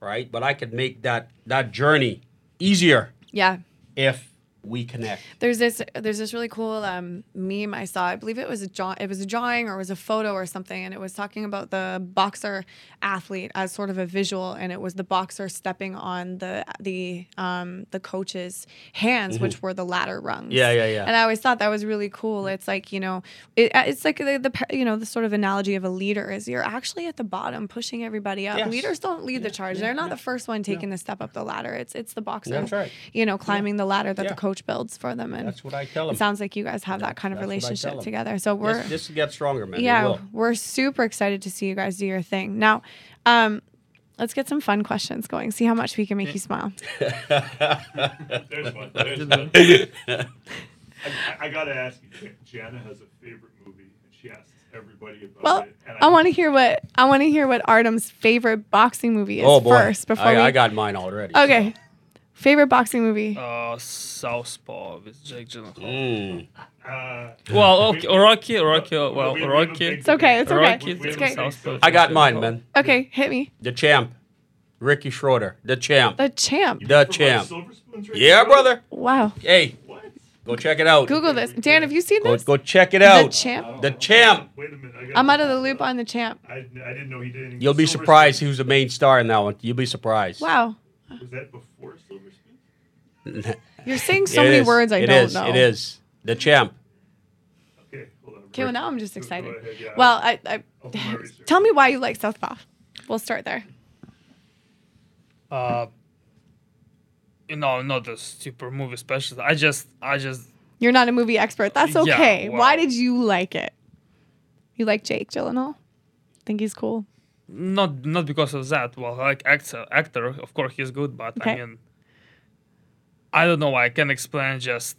Speaker 3: right? But I could make that that journey easier
Speaker 2: yeah.
Speaker 3: if we connect.
Speaker 2: There's this there's this really cool um, meme I saw. I believe it was a draw, it was a drawing or it was a photo or something, and it was talking about the boxer athlete as sort of a visual, and it was the boxer stepping on the the um, the coach's hands, which were the ladder rungs.
Speaker 3: Mm-hmm. Yeah, yeah, yeah.
Speaker 2: And I always thought that was really cool. It's like you know, it, it's like the, the pa- you know the sort of analogy of a leader is you're actually at the bottom pushing everybody up.
Speaker 3: Yes.
Speaker 2: Leaders don't lead the charge; they're not the first one taking the step up the ladder. It's it's the boxer,
Speaker 3: That's right.
Speaker 2: you know, climbing the ladder that
Speaker 3: Yeah.
Speaker 2: the coach builds for them. And
Speaker 3: That's what I tell him.
Speaker 2: it sounds like you guys have that kind of
Speaker 3: that's what I tell
Speaker 2: relationship
Speaker 3: 'em.
Speaker 2: together. So we're
Speaker 3: This, this will get stronger, man. It
Speaker 2: yeah,
Speaker 3: will.
Speaker 2: we're super excited to see you guys do your thing. Now, um, let's get some fun questions going. See how much we can make you smile.
Speaker 5: There's one. There's one. I, I- I gotta ask you. Jana has a favorite movie, and she asks everybody about
Speaker 2: Well,
Speaker 5: it. and
Speaker 2: I want to hear what I want to hear what Artem's favorite boxing movie is
Speaker 3: Oh boy,
Speaker 2: first before
Speaker 3: I,
Speaker 2: we Oh.
Speaker 3: I got Oh. mine already.
Speaker 2: Okay. Favorite boxing movie?
Speaker 4: Uh, Southpaw with Jake Gyllenhaal.
Speaker 3: Mm.
Speaker 5: Uh,
Speaker 4: Well, okay, Rocky, Rocky,
Speaker 5: we-
Speaker 4: well,
Speaker 5: we haven't
Speaker 4: Rocky.
Speaker 5: picked
Speaker 2: It's okay, it's okay.
Speaker 4: Rocky,
Speaker 2: It's
Speaker 5: okay.
Speaker 4: Southpaw.
Speaker 3: I got mine, man.
Speaker 2: Okay, hit me.
Speaker 3: The champ, Ricky Schroeder. The champ.
Speaker 2: The champ.
Speaker 3: The
Speaker 5: from, like,
Speaker 3: champ.
Speaker 5: Silver Spoons right
Speaker 3: Yeah,
Speaker 5: now?
Speaker 3: brother.
Speaker 2: Wow.
Speaker 3: Hey,
Speaker 5: What?
Speaker 3: go check it out.
Speaker 2: Google this. Dan, have you seen
Speaker 3: Go,
Speaker 2: this?
Speaker 3: go check it
Speaker 2: The
Speaker 3: out.
Speaker 2: champ.
Speaker 3: The champ.
Speaker 5: Wait a minute. I gotta-
Speaker 2: I'm out of the loop on the champ.
Speaker 5: I, I didn't know he did anything.
Speaker 3: You'll be
Speaker 5: Silver
Speaker 3: surprised who's the main star in that one. You'll be surprised.
Speaker 2: Wow.
Speaker 5: Spoons- Was that before Silver Spoon?
Speaker 2: You're saying so
Speaker 3: It
Speaker 2: many
Speaker 3: is.
Speaker 2: words I
Speaker 3: It
Speaker 2: don't
Speaker 3: is.
Speaker 2: know.
Speaker 3: It is. The champ.
Speaker 5: Okay, hold on.
Speaker 2: Okay, well
Speaker 5: Rick,
Speaker 2: now I'm just
Speaker 5: go- go
Speaker 2: excited.
Speaker 5: ahead, yeah.
Speaker 2: Well, I, I
Speaker 5: I'll do my research.
Speaker 2: tell me why you like Southpaw. We'll start there.
Speaker 4: Uh, you know, not the super movie special. I just, I just,
Speaker 2: You're not a movie expert. That's
Speaker 4: Yeah,
Speaker 2: okay.
Speaker 4: wow.
Speaker 2: Why did you like it? You like Jake Gyllenhaal? Think he's cool?
Speaker 4: not, not because of that. Well, I like actor, actor, of course he's good, but
Speaker 2: Okay.
Speaker 4: I mean, I don't know. why. I can explain. Just,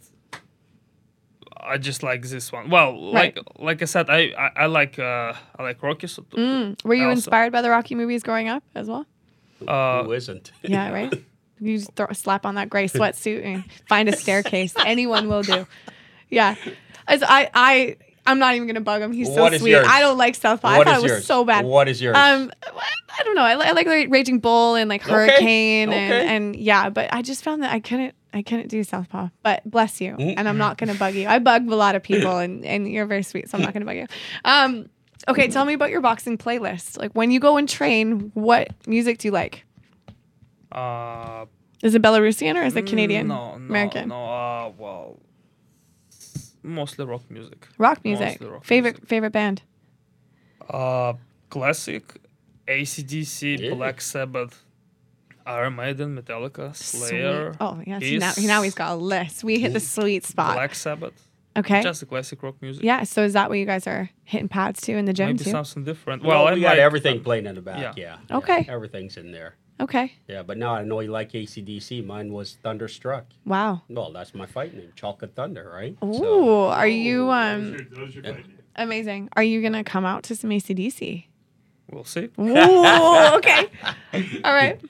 Speaker 4: I just like this one. Well,
Speaker 2: Right.
Speaker 4: like, like I said, I, I, I like, uh, I like Rocky. So,
Speaker 2: Mm. Were you
Speaker 4: Also-
Speaker 2: inspired by the Rocky movies growing up as well?
Speaker 4: uh,
Speaker 3: Who isn't?
Speaker 2: Yeah, right. You just throw, slap on that gray sweatsuit and find a staircase. Anyone will do. Yeah, As I, I, I'm not even gonna bug him. He's so
Speaker 3: What is
Speaker 2: sweet.
Speaker 3: yours?
Speaker 2: I don't like Southpaw. I
Speaker 3: What
Speaker 2: thought it
Speaker 3: is
Speaker 2: was
Speaker 3: yours?
Speaker 2: so bad.
Speaker 3: What is yours?
Speaker 2: Um, I don't know. I, li- I like like Raging Bull and like
Speaker 3: Okay.
Speaker 2: Hurricane
Speaker 3: Okay.
Speaker 2: And, and yeah, but I just found that I couldn't I couldn't do Southpaw. But bless you, and I'm not gonna bug you. I bug a lot of people, and and you're very sweet, so I'm not gonna bug you. Um, okay, tell me about your boxing playlist. Like when you go and train, what music do you like?
Speaker 4: uh,
Speaker 2: Is it Belarusian or is it Canadian?
Speaker 4: Mm, No, no,
Speaker 2: American.
Speaker 4: No, uh, well, s- mostly rock music.
Speaker 2: Rock music.
Speaker 4: Mostly rock
Speaker 2: favorite
Speaker 4: music.
Speaker 2: favorite band.
Speaker 4: Uh, classic, ACDC,
Speaker 3: Yeah.
Speaker 4: Black Sabbath, Iron Maiden, Metallica, Slayer,
Speaker 2: Sweet. Oh yeah. see, Now, now he's got a list. We hit the sweet spot.
Speaker 4: Black Sabbath.
Speaker 2: okay.
Speaker 4: Just the classic rock music.
Speaker 2: yeah. So is that what you guys are hitting pads to in the gym
Speaker 4: Maybe
Speaker 2: too?
Speaker 4: something different.
Speaker 3: well,
Speaker 4: Well,
Speaker 3: we
Speaker 4: I
Speaker 3: got
Speaker 4: like,
Speaker 3: everything playing in the back. Yeah.
Speaker 4: yeah.
Speaker 3: yeah.
Speaker 2: Okay.
Speaker 3: Everything's in there.
Speaker 2: Okay.
Speaker 3: Yeah, but now I know you like ACDC. Mine was Thunderstruck.
Speaker 2: Wow.
Speaker 3: Well, that's my fight name, Chocolate Thunder, right?
Speaker 2: Ooh,
Speaker 3: So, oh,
Speaker 2: are you
Speaker 5: That was
Speaker 2: um
Speaker 5: your- that was your idea.
Speaker 2: amazing? Are you gonna come out to some ACDC?
Speaker 4: We'll see.
Speaker 2: Ooh, okay. All right.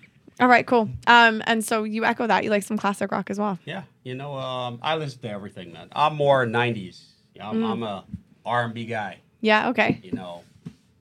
Speaker 2: All right, cool. Um, and so you echo that. You like some classic rock as well.
Speaker 3: yeah, you know, um, I listen to everything, man. I'm more 90s.
Speaker 2: Mm.
Speaker 3: I'm, I'm a R&B guy.
Speaker 2: Yeah, okay.
Speaker 3: You know,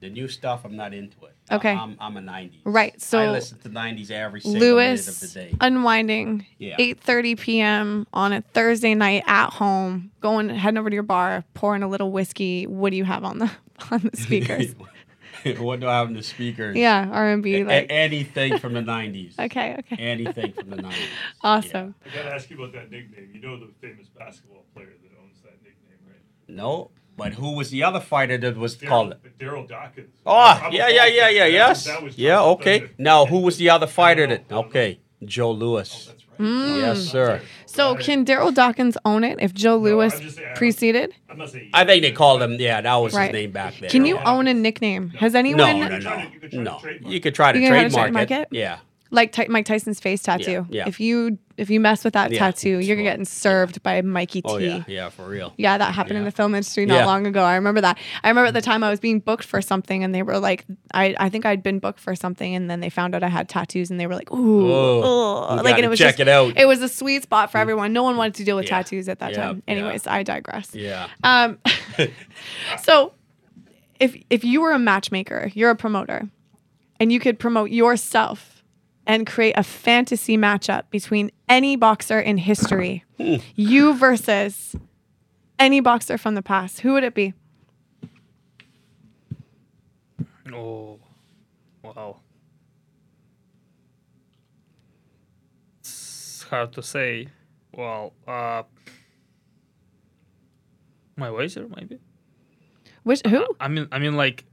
Speaker 3: the new stuff, I'm not into it.
Speaker 2: Okay.
Speaker 3: I'm, I'm a 90s.
Speaker 2: Right,
Speaker 3: I
Speaker 2: so
Speaker 3: listen to 90s every single minute of the
Speaker 2: Lewis
Speaker 3: day.
Speaker 2: unwinding
Speaker 3: Yeah.
Speaker 2: 8:30 p.m. on a Thursday night at home, going heading over to your bar, pouring a little whiskey. What do you have on the on the speakers?
Speaker 3: what do I have in the speakers?
Speaker 2: yeah, R&B
Speaker 3: A-
Speaker 2: like
Speaker 3: anything from the 90s.
Speaker 2: Okay, okay.
Speaker 3: Anything from the 90s.
Speaker 2: Awesome.
Speaker 5: I gotta ask you about that nickname. You know the famous basketball player that owns that nickname, right?
Speaker 3: No, but who was the other fighter that was called?
Speaker 5: Daryl Dawkins.
Speaker 3: Oh,
Speaker 5: I'm a
Speaker 3: yeah, yeah, yeah,
Speaker 5: Dolphin
Speaker 3: yeah,
Speaker 5: fan.
Speaker 3: yes.
Speaker 5: That was Oh,
Speaker 3: Yeah,
Speaker 5: Dolphin
Speaker 3: okay.
Speaker 5: Thunder.
Speaker 3: Now, who was the other fighter that?
Speaker 5: know.
Speaker 3: Okay, Joe Lewis.
Speaker 5: That's right.
Speaker 2: Hmm.
Speaker 3: Yes, sir.
Speaker 2: Mm. So can Daryl Dawkins own it if Joe Lewis
Speaker 5: I'm just saying, I don't-
Speaker 2: preceded?
Speaker 5: I'm not saying.
Speaker 3: I think they called him, yeah, that was
Speaker 2: Right.
Speaker 3: his name back then.
Speaker 2: Can you own a nickname? Has anyone
Speaker 3: No, no,
Speaker 5: You could
Speaker 3: no.
Speaker 5: try to- you could try
Speaker 3: No. You could try to
Speaker 5: to trademark it.
Speaker 2: You can try to
Speaker 3: trademark it.
Speaker 2: trademark it?
Speaker 3: Yeah.
Speaker 2: like Ty- Mike Tyson's face tattoo?
Speaker 3: yeah.
Speaker 2: If you if you mess with that
Speaker 3: Yeah,
Speaker 2: tattoo, you're
Speaker 3: sure.
Speaker 2: getting served by Mikey T.
Speaker 3: Oh, yeah. Yeah, for real.
Speaker 2: Yeah, that happened in
Speaker 3: Yeah.
Speaker 2: the film industry not
Speaker 3: Yeah.
Speaker 2: long ago. I remember that. I remember at the time I was being booked for something, and they were like, I, I think I'd been booked for something, and then they found out I had tattoos, and they were like, ooh,
Speaker 3: Whoa,
Speaker 2: ugh." like,
Speaker 3: you
Speaker 2: and
Speaker 3: gotta
Speaker 2: it was
Speaker 3: check
Speaker 2: just,
Speaker 3: it out.
Speaker 2: It was a sweet spot for everyone. No one wanted to deal with
Speaker 3: Yeah.
Speaker 2: tattoos at that
Speaker 3: Yeah,
Speaker 2: time.
Speaker 3: yeah.
Speaker 2: Anyways, I digress.
Speaker 3: Yeah.
Speaker 2: Um, so, if if you were a matchmaker, you're a promoter, and you could promote yourself and create a fantasy matchup between any boxer in history,
Speaker 3: Hmm.
Speaker 2: you versus any boxer from the past, who would it be?
Speaker 4: Oh, wow. It's hard to say. Well, uh, my wager maybe.
Speaker 2: Which who?
Speaker 4: I mean, I mean, like,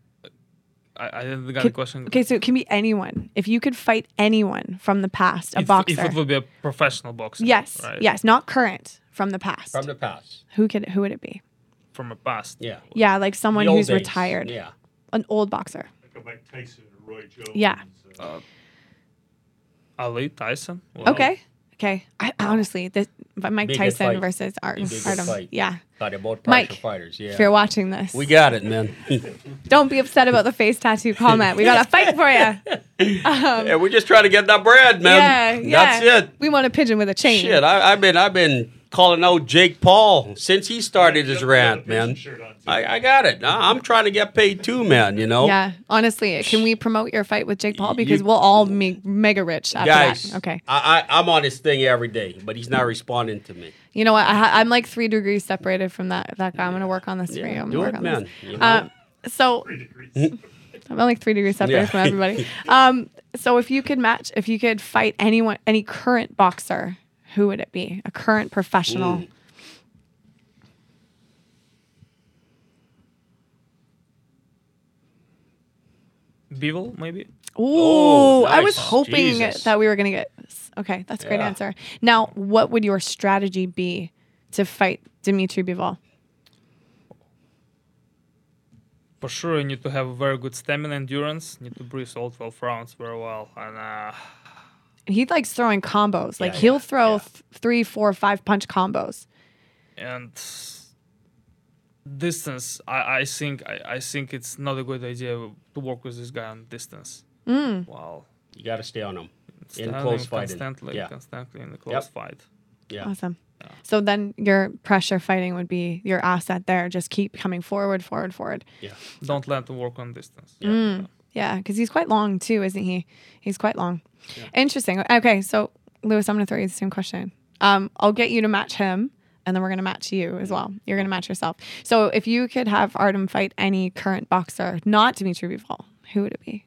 Speaker 4: I, I didn't get
Speaker 2: Can-
Speaker 4: the question.
Speaker 2: Okay, so it can be anyone. If you could fight anyone from the past, a
Speaker 4: if,
Speaker 2: boxer.
Speaker 4: If it would be a professional boxer.
Speaker 2: yes,
Speaker 4: Right?
Speaker 2: yes, not current from the past.
Speaker 3: From the past.
Speaker 2: who could who would it be?
Speaker 4: From a past.
Speaker 3: Yeah.
Speaker 2: Yeah, like someone
Speaker 3: The old
Speaker 2: who's
Speaker 3: days.
Speaker 2: retired,
Speaker 3: Yeah.
Speaker 2: an old boxer.
Speaker 5: Like a Mike Tyson or Roy Jones.
Speaker 2: Yeah.
Speaker 5: uh,
Speaker 4: Ali Tyson. Well,
Speaker 2: Okay. Okay. I honestly, this but Mike
Speaker 3: Be a good
Speaker 2: Tyson
Speaker 3: fight.
Speaker 2: versus Art.
Speaker 3: Be a good
Speaker 2: Artem.
Speaker 3: fight.
Speaker 2: Yeah.
Speaker 3: Thought they're both
Speaker 2: Mike,
Speaker 3: pressure fighters. Yeah.
Speaker 2: If you're watching this,
Speaker 3: We got it, man.
Speaker 2: don't be upset about the face tattoo comment. We got a fight for you.
Speaker 3: yeah, we just trying to get that bread, man.
Speaker 2: yeah. Yeah.
Speaker 3: That's it.
Speaker 2: We want a pigeon with a chain.
Speaker 3: Shit, I, I've been I've been calling out Jake Paul since he started his rant, man. I, I got it. I, I'm trying to get paid too, man. You know,
Speaker 2: Yeah. Honestly, can we promote your fight with Jake Paul? Because
Speaker 3: You-
Speaker 2: we'll all be mega rich after
Speaker 3: guys.
Speaker 2: that. Okay.
Speaker 3: I, I I'm on his thing every day, but he's not responding to me.
Speaker 2: You know what? I, ha- I'm like three degrees separated from that that guy. I'm gonna work on this for you.
Speaker 3: Yeah,
Speaker 2: I'm
Speaker 3: do
Speaker 2: gonna work
Speaker 3: it,
Speaker 2: on
Speaker 3: man.
Speaker 2: this.
Speaker 3: You know?
Speaker 2: Uh, so
Speaker 5: Three degrees.
Speaker 2: I'm only three degrees separated
Speaker 3: Yeah.
Speaker 2: from everybody. Um, so if you could match, if you could fight anyone, any current boxer, who would it be? A current professional.
Speaker 3: Mm.
Speaker 4: Bevel maybe.
Speaker 2: Ooh,
Speaker 3: Oh,
Speaker 2: I was
Speaker 3: nice.
Speaker 2: hoping
Speaker 3: Jesus.
Speaker 2: that we were gonna get. Okay, that's a great
Speaker 3: Yeah.
Speaker 2: answer. Now, what would your strategy be to fight Dimitri Bivol?
Speaker 4: For sure, you need to have very good stamina, endurance. Need to breathe all twelve rounds very well, and uh,
Speaker 2: He likes throwing combos. Like
Speaker 3: Yeah,
Speaker 2: he'll
Speaker 3: yeah,
Speaker 2: throw
Speaker 3: yeah.
Speaker 2: th- three, four, five punch combos.
Speaker 4: and distance. I, I think I, I think it's not a good idea to work with this guy on distance.
Speaker 2: Mm.
Speaker 4: Wow.
Speaker 3: you got to stay on him. In
Speaker 4: Standing
Speaker 3: close fighting.
Speaker 4: Constantly,
Speaker 3: Yeah.
Speaker 4: constantly in the close fight.
Speaker 3: Yeah.
Speaker 2: Awesome. So then your pressure fighting would be your asset there. Just keep coming forward, forward, forward.
Speaker 3: Yeah.
Speaker 4: Don't let him work on distance.
Speaker 2: Mm. Yeah, because he's quite long too, isn't he? He's quite long. Interesting. Okay, so Lewis, I'm gonna throw you the same question. Um, I'll get you to match him, and then we're gonna match you as well. You're gonna match yourself. So if you could have Artem fight any current boxer, not Dmitry Bivol, who would it be?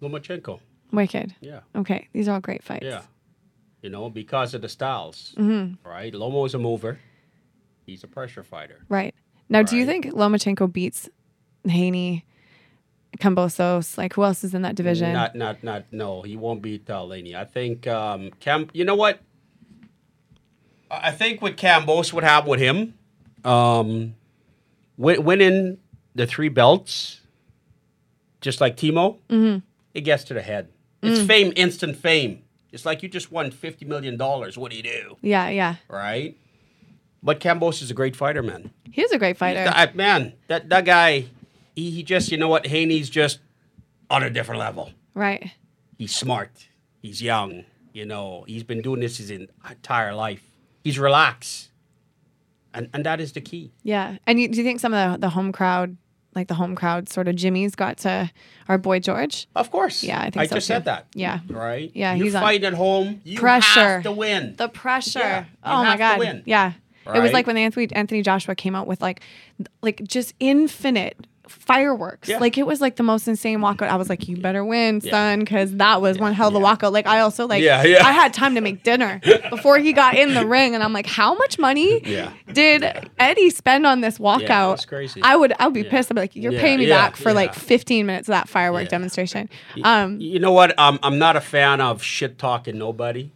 Speaker 3: Lomachenko.
Speaker 2: Wicked.
Speaker 3: Yeah.
Speaker 2: Okay, these are all great fights.
Speaker 3: Yeah. You know, because of the styles, right? Lomo's a mover. He's a pressure fighter.
Speaker 2: Right now, do you
Speaker 3: Right.
Speaker 2: think Lomachenko beats Haney, Cambosos? Like who else is in that division?
Speaker 3: Not, not, not. No, he won't beat uh, Laney. I think um, Cam. You know what? I I think what Cambos would have with him, um, win, winning the three belts, just like Timo, it gets to the head. It's fame, instant fame. It's like you just won fifty million dollars. What do you do,
Speaker 2: yeah, yeah.
Speaker 3: right? But Cambos is a great fighter, man.
Speaker 2: He's a great fighter.
Speaker 3: I, man, that that guy, he, he just you know what Haney's just on a different level
Speaker 2: right.
Speaker 3: he's smart. He's young. You know, he's been doing this his entire life. He's relaxed. And and that is the key.
Speaker 2: Yeah. And you, do you think some of the, the home crowd like the home crowd sort of Jimmy's got to our boy George.
Speaker 3: Of course.
Speaker 2: Yeah, I think
Speaker 3: I
Speaker 2: so
Speaker 3: just
Speaker 2: too.
Speaker 3: said that.
Speaker 2: Yeah.
Speaker 3: Right.
Speaker 2: Yeah,
Speaker 3: You
Speaker 2: he's on-
Speaker 3: fight at home. You
Speaker 2: Pressure.
Speaker 3: have to win.
Speaker 2: The pressure.
Speaker 3: Yeah, you
Speaker 2: oh my
Speaker 3: have to
Speaker 2: god.
Speaker 3: win.
Speaker 2: Yeah. It was
Speaker 3: Right?
Speaker 2: like when Anthony Anthony Joshua came out with like like just infinite fireworks.
Speaker 3: Yeah.
Speaker 2: Like it was like the most insane walkout. I was like, you better win,
Speaker 3: Yeah.
Speaker 2: son, because that was one hell of a walkout. Like I also like
Speaker 3: Yeah, yeah.
Speaker 2: I had time to make dinner before he got in the ring, and I'm like, how much money
Speaker 3: Yeah.
Speaker 2: did Eddie spend on this walkout?
Speaker 3: Yeah, that's crazy.
Speaker 2: I would I would be pissed. I'd be like, you're
Speaker 3: Yeah,
Speaker 2: paying me
Speaker 3: yeah,
Speaker 2: back for like
Speaker 3: yeah.
Speaker 2: 15 minutes of that firework
Speaker 3: Yeah.
Speaker 2: demonstration. Um,
Speaker 3: you know what? I'm I'm not a fan of shit talking nobody.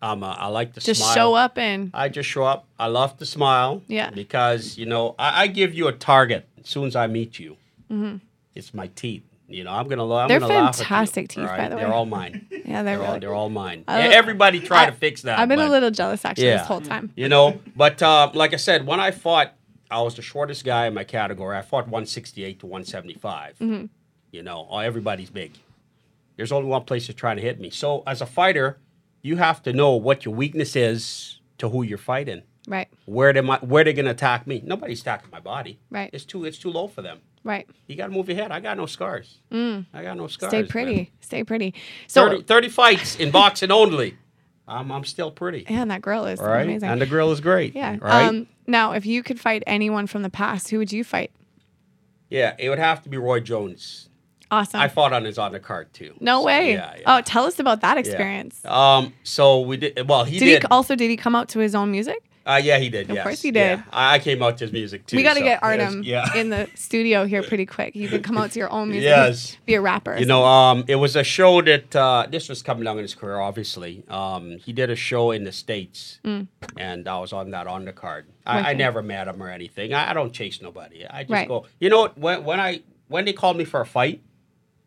Speaker 3: I'm a, I like to
Speaker 2: Mm. just
Speaker 3: smile.
Speaker 2: show up and
Speaker 3: I just show up. I love to smile.
Speaker 2: Yeah.
Speaker 3: Because you know, I, I give you a target as soon as I meet you. It's my teeth. You know, I'm gonna. lo-
Speaker 2: Mm-hmm.
Speaker 3: I'm
Speaker 2: They're
Speaker 3: gonna laugh at you,
Speaker 2: fantastic teeth,
Speaker 3: all
Speaker 2: by
Speaker 3: right?
Speaker 2: the way.
Speaker 3: They're all mine. They're,
Speaker 2: yeah, they're,
Speaker 3: all
Speaker 2: really
Speaker 3: they're all mine.
Speaker 2: I-
Speaker 3: Yeah, Everybody try to fix that.
Speaker 2: I've been a
Speaker 3: but-
Speaker 2: little jealous actually
Speaker 3: Yeah.
Speaker 2: this whole time.
Speaker 3: You know, but uh, like I said, when I fought, I was the shortest guy in my category. I fought 168 to 175.
Speaker 2: Mm-hmm.
Speaker 3: You know, oh, everybody's big. There's only one place you're trying to hit me. So as a fighter, you have to know what your weakness is to who you're fighting.
Speaker 2: Right,
Speaker 3: Where they might, where they're gonna attack me? Nobody's attacking my body.
Speaker 2: Right.
Speaker 3: It's too it's too low for them.
Speaker 2: right.
Speaker 3: You gotta move your head. I got no scars. I got no
Speaker 2: Mm.
Speaker 3: scars.
Speaker 2: Stay
Speaker 3: man.
Speaker 2: pretty. Stay pretty. So
Speaker 3: 30, 30 fights in boxing only. I'm I'm still pretty.
Speaker 2: man, that girl is
Speaker 3: All right.
Speaker 2: amazing.
Speaker 3: And the grill is great.
Speaker 2: yeah.
Speaker 3: Right.
Speaker 2: Um, now, if you could fight anyone from the past, who would you fight?
Speaker 3: Yeah, it would have to be Roy Jones.
Speaker 2: Awesome.
Speaker 3: I fought on his undercard too.
Speaker 2: Oh. no
Speaker 3: So,
Speaker 2: way.
Speaker 3: Yeah, yeah,
Speaker 2: Oh, tell us about that
Speaker 3: yeah.
Speaker 2: experience.
Speaker 3: Um, so we did. Well, he
Speaker 2: Did
Speaker 3: did.
Speaker 2: he also did he come out to his own music?
Speaker 3: uh, yeah, he did.
Speaker 2: Of
Speaker 3: yes.
Speaker 2: course he
Speaker 3: Yeah.
Speaker 2: did.
Speaker 3: I, I came out to his music too.
Speaker 2: we got to
Speaker 3: so-
Speaker 2: get
Speaker 3: Yes,
Speaker 2: Artem
Speaker 3: Yeah.
Speaker 2: in the studio here pretty quick. You can come out to your own music.
Speaker 3: Yes.
Speaker 2: Be a rapper.
Speaker 3: You know, um, it was a show that uh, this was coming along in his career. Obviously, um, he did a show in the states, and I was on that undercard. I, I
Speaker 2: Mm. Okay.
Speaker 3: never met him or anything. I, I don't chase nobody. I just
Speaker 2: Right.
Speaker 3: go. You know, what? when when I when they call me for a fight,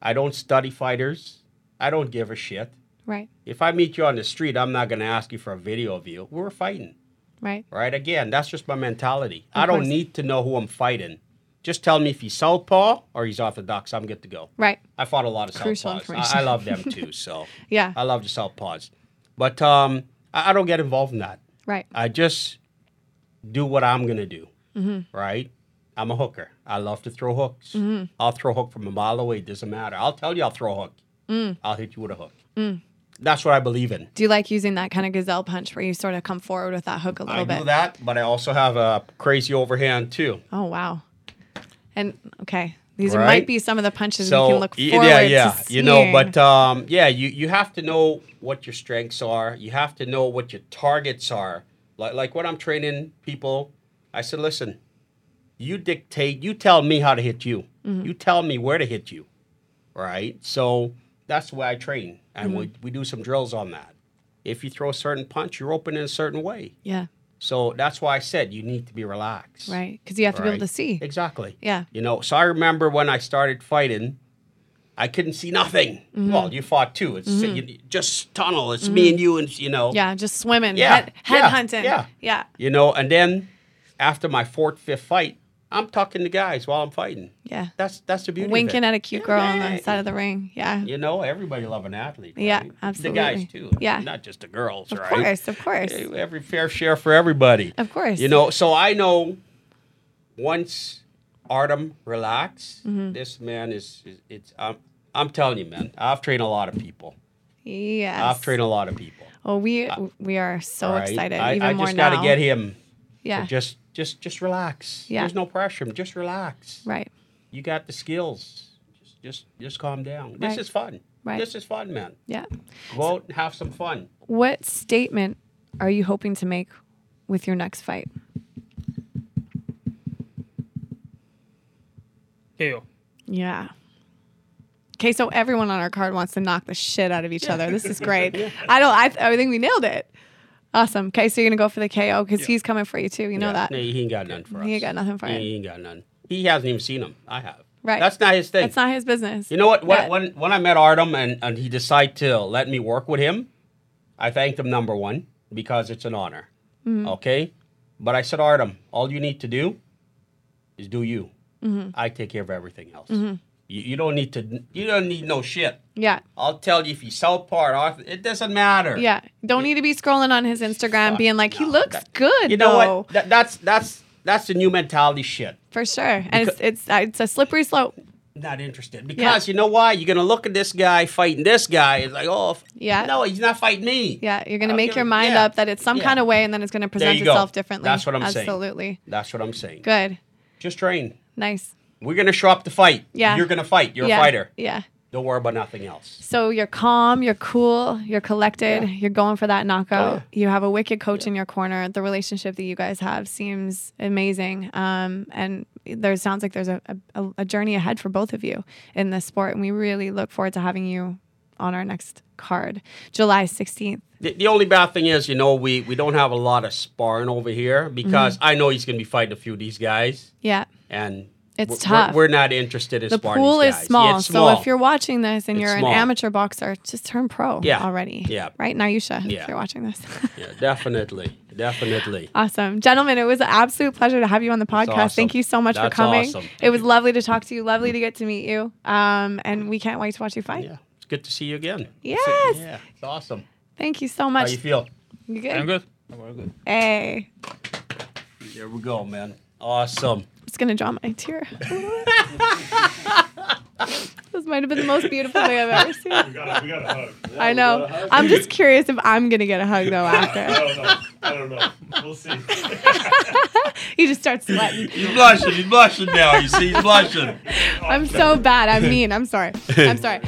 Speaker 3: I don't study fighters. I don't give a shit.
Speaker 2: Right.
Speaker 3: If I meet you on the street, I'm not going to ask you for a video of you. We're fighting,
Speaker 2: Right.
Speaker 3: right? Again, that's just my mentality. I
Speaker 2: course.
Speaker 3: don't need to know who I'm fighting. Just tell me if he's southpaw or he's orthodox. I'm good to go.
Speaker 2: Right.
Speaker 3: I fought a lot of
Speaker 2: Crucial
Speaker 3: southpaws.
Speaker 2: information.
Speaker 3: I, I love them too. So
Speaker 2: Yeah.
Speaker 3: I love the southpaws, but um, I, I don't get involved in that.
Speaker 2: Right.
Speaker 3: I just do what I'm gonna do,
Speaker 2: Mm-hmm.
Speaker 3: right? I'm a hooker. I love to throw hooks. I'll throw a hook from a mile away. Doesn't matter. I'll tell you I'll throw a hook.
Speaker 2: Mm.
Speaker 3: I'll hit you with a hook. That's what I believe in.
Speaker 2: Do you like using that kind of gazelle punch where you sort of come forward with that hook a little
Speaker 3: I
Speaker 2: bit?
Speaker 3: do that, but I also have a crazy overhand too.
Speaker 2: Oh wow. And okay, these
Speaker 3: Right?
Speaker 2: might be some of the punches we can look
Speaker 3: y-
Speaker 2: forward
Speaker 3: yeah, yeah,
Speaker 2: to.
Speaker 3: you know,
Speaker 2: seeing.
Speaker 3: but um, yeah, you you have to know what your strengths are. You have to know what your targets are. Like like when I'm training people, I said, listen, you dictate. You tell me how to hit you.
Speaker 2: Mm-hmm.
Speaker 3: You tell me where to hit you. Right. So that's the way I train, and we
Speaker 2: Mm-hmm.
Speaker 3: we do some drills on that. If you throw a certain punch, you're open in a certain way.
Speaker 2: yeah,
Speaker 3: So that's why I said you need to be relaxed.
Speaker 2: right, because you have to be
Speaker 3: Right.
Speaker 2: able to see.
Speaker 3: Exactly.
Speaker 2: Yeah.
Speaker 3: You know, so I remember when I started fighting, I couldn't see nothing.
Speaker 2: Mm-hmm.
Speaker 3: Well, you fought too. It's you- just tunnel. It's me and you, and you know.
Speaker 2: Yeah, just swimming,
Speaker 3: Yeah,
Speaker 2: head, head
Speaker 3: yeah,
Speaker 2: hunting.
Speaker 3: yeah.
Speaker 2: yeah,
Speaker 3: You know, and then after my fourth, fifth fight, I'm talking to guys while I'm fighting.
Speaker 2: Yeah.
Speaker 3: That's that's the beauty.
Speaker 2: winking
Speaker 3: of it.
Speaker 2: at a cute
Speaker 3: Yeah,
Speaker 2: girl
Speaker 3: yeah,
Speaker 2: on the
Speaker 3: yeah.
Speaker 2: side of the ring. Yeah,
Speaker 3: You know, everybody love an athlete.
Speaker 2: Yeah,
Speaker 3: right?
Speaker 2: absolutely.
Speaker 3: The guys too.
Speaker 2: Yeah.
Speaker 3: Not just the girls,
Speaker 2: of
Speaker 3: right?
Speaker 2: course, of course.
Speaker 3: Every fair share for everybody.
Speaker 2: Of course.
Speaker 3: You know, so I know once Artem relax,
Speaker 2: Mm-hmm.
Speaker 3: this man is, is it's I'm I'm telling you, man, I've trained a lot of people.
Speaker 2: Yes.
Speaker 3: I've trained a lot of people.
Speaker 2: well, we we are so
Speaker 3: all uh, right?
Speaker 2: excited.
Speaker 3: I,
Speaker 2: even
Speaker 3: I
Speaker 2: more
Speaker 3: just
Speaker 2: now.
Speaker 3: gotta get him. to
Speaker 2: Yeah.
Speaker 3: Just just just relax.
Speaker 2: Yeah.
Speaker 3: There's no pressure. Just relax.
Speaker 2: Right.
Speaker 3: You got the skills. Just just just calm down. This
Speaker 2: Right.
Speaker 3: is fun.
Speaker 2: Right.
Speaker 3: This is fun, man.
Speaker 2: Yeah.
Speaker 3: Go out and have some fun.
Speaker 2: What statement are you hoping to make with your next fight?
Speaker 4: KO.
Speaker 2: Yeah. Okay, so everyone on our card wants to knock the shit out of each other. This is great. I don't. I, I think we nailed it. Awesome. Okay, so you're gonna go for the KO because he's coming for you too. You know
Speaker 3: Yeah.
Speaker 2: that.
Speaker 3: No, he ain't got none for us.
Speaker 2: He ain't got nothing for
Speaker 3: he,
Speaker 2: it.
Speaker 3: He ain't got none. He hasn't even seen him. I have.
Speaker 2: Right.
Speaker 3: That's not his thing.
Speaker 2: That's not his business.
Speaker 3: You know what? When,
Speaker 2: Yeah.
Speaker 3: when, when I met Artem and, and he decided to let me work with him, I thanked him, number one, because it's an honor.
Speaker 2: Mm-hmm.
Speaker 3: Okay? But I said, Artem, all you need to do is do you.
Speaker 2: Mm-hmm.
Speaker 3: I take care of everything else. You, you don't need to, you don't need no shit.
Speaker 2: Yeah.
Speaker 3: I'll tell you if you sell part off, it doesn't matter.
Speaker 2: Yeah. Don't need to be scrolling on his Instagram
Speaker 3: Fuck,
Speaker 2: being like, he
Speaker 3: no,
Speaker 2: looks
Speaker 3: that-
Speaker 2: good.
Speaker 3: You know
Speaker 2: though."
Speaker 3: what? That, that's, that's, that's the new mentality shit.
Speaker 2: for sure. And it's it's uh, it's a slippery slope.
Speaker 3: Not interested because you know why? You're gonna look at this guy fighting this guy. It's like, oh, f-
Speaker 2: Yeah.
Speaker 3: no, he's not fighting me.
Speaker 2: Yeah, you're gonna
Speaker 3: Okay,
Speaker 2: make your mind
Speaker 3: yeah,
Speaker 2: up that it's some
Speaker 3: yeah.
Speaker 2: kind of way, and then it's gonna present
Speaker 3: you go.
Speaker 2: itself differently.
Speaker 3: That's what I'm saying.
Speaker 2: Absolutely.
Speaker 3: That's what I'm saying.
Speaker 2: Good.
Speaker 3: Just train.
Speaker 2: Nice.
Speaker 3: We're gonna show up to fight.
Speaker 2: Yeah.
Speaker 3: you're gonna fight. You're
Speaker 2: yeah.
Speaker 3: a fighter.
Speaker 2: Yeah.
Speaker 3: Don't worry about nothing else.
Speaker 2: So you're calm, you're cool, you're collected, you're going for that
Speaker 3: Oh,
Speaker 2: knockout. You have a wicked coach in your corner. The relationship that you guys have seems amazing. Um, and there sounds like there's a, a, a journey ahead for both of you in this sport. And we really look forward to having you on our next card, July 16th.
Speaker 3: The, the only bad thing is, you know, we we don't have a lot of sparring over
Speaker 2: Mm-hmm.
Speaker 3: here because I know he's gonna be fighting a few of these guys,
Speaker 2: Yeah.
Speaker 3: and
Speaker 2: It's
Speaker 3: we're,
Speaker 2: tough.
Speaker 3: We're, we're not interested in
Speaker 2: The
Speaker 3: sparring
Speaker 2: pool
Speaker 3: these
Speaker 2: is
Speaker 3: guys. Yeah,
Speaker 2: small,
Speaker 3: it's
Speaker 2: So if you're watching this and
Speaker 3: It's
Speaker 2: you're
Speaker 3: small.
Speaker 2: an amateur boxer, just turn pro
Speaker 3: Yeah.
Speaker 2: already.
Speaker 3: Yeah.
Speaker 2: Right? Naisha, if
Speaker 3: Yeah.
Speaker 2: you're watching this.
Speaker 3: yeah, definitely, definitely.
Speaker 2: Awesome. Gentlemen, it was an absolute pleasure to have you on the podcast.
Speaker 3: awesome.
Speaker 2: Thank you so much for
Speaker 3: That's
Speaker 2: coming.
Speaker 3: awesome.
Speaker 2: It was lovely to talk to you, lovely to get to meet you. Um, and we can't wait to watch you fight.
Speaker 3: Yeah, it's good to see you again.
Speaker 2: Yes.
Speaker 3: Yeah, it's awesome.
Speaker 2: Thank you so
Speaker 3: How
Speaker 2: much.
Speaker 3: you feel?
Speaker 2: You good?
Speaker 4: I'm good. I'm very good.
Speaker 2: Hey.
Speaker 3: There we go, man. Awesome.
Speaker 2: I'm just going to draw my tear. this might have been the most beautiful day I've ever
Speaker 5: We
Speaker 2: seen.
Speaker 5: got, a, we got a hug.
Speaker 2: I know. I'm just curious if I'm going to get a hug, though,
Speaker 5: I
Speaker 2: after.
Speaker 5: don't know. I don't know. We'll see.
Speaker 2: You just start sweating.
Speaker 3: He's blushing. He's blushing now. You see, he's blushing.
Speaker 2: I'm so bad. I'm mean. I'm sorry. I'm sorry.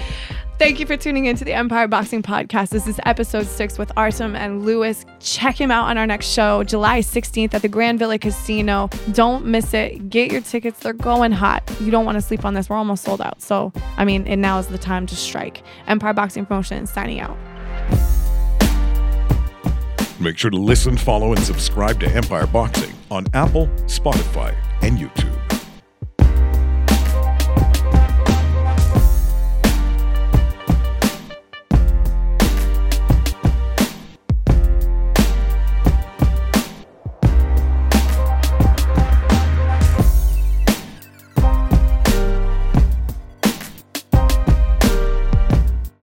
Speaker 2: Thank you for tuning in to the Empire Boxing Podcast. This is episode six with Artem and Lewis. Check him out on our next show, July 16th at the Grand Villa Casino. Don't miss it. Get your tickets. They're going hot. You don't want to sleep on this. We're almost sold out. So, I mean, and now is the time to strike. Empire Boxing Promotions signing out.
Speaker 1: Make sure to listen, follow, and subscribe to Empire Boxing on Apple, Spotify, and YouTube.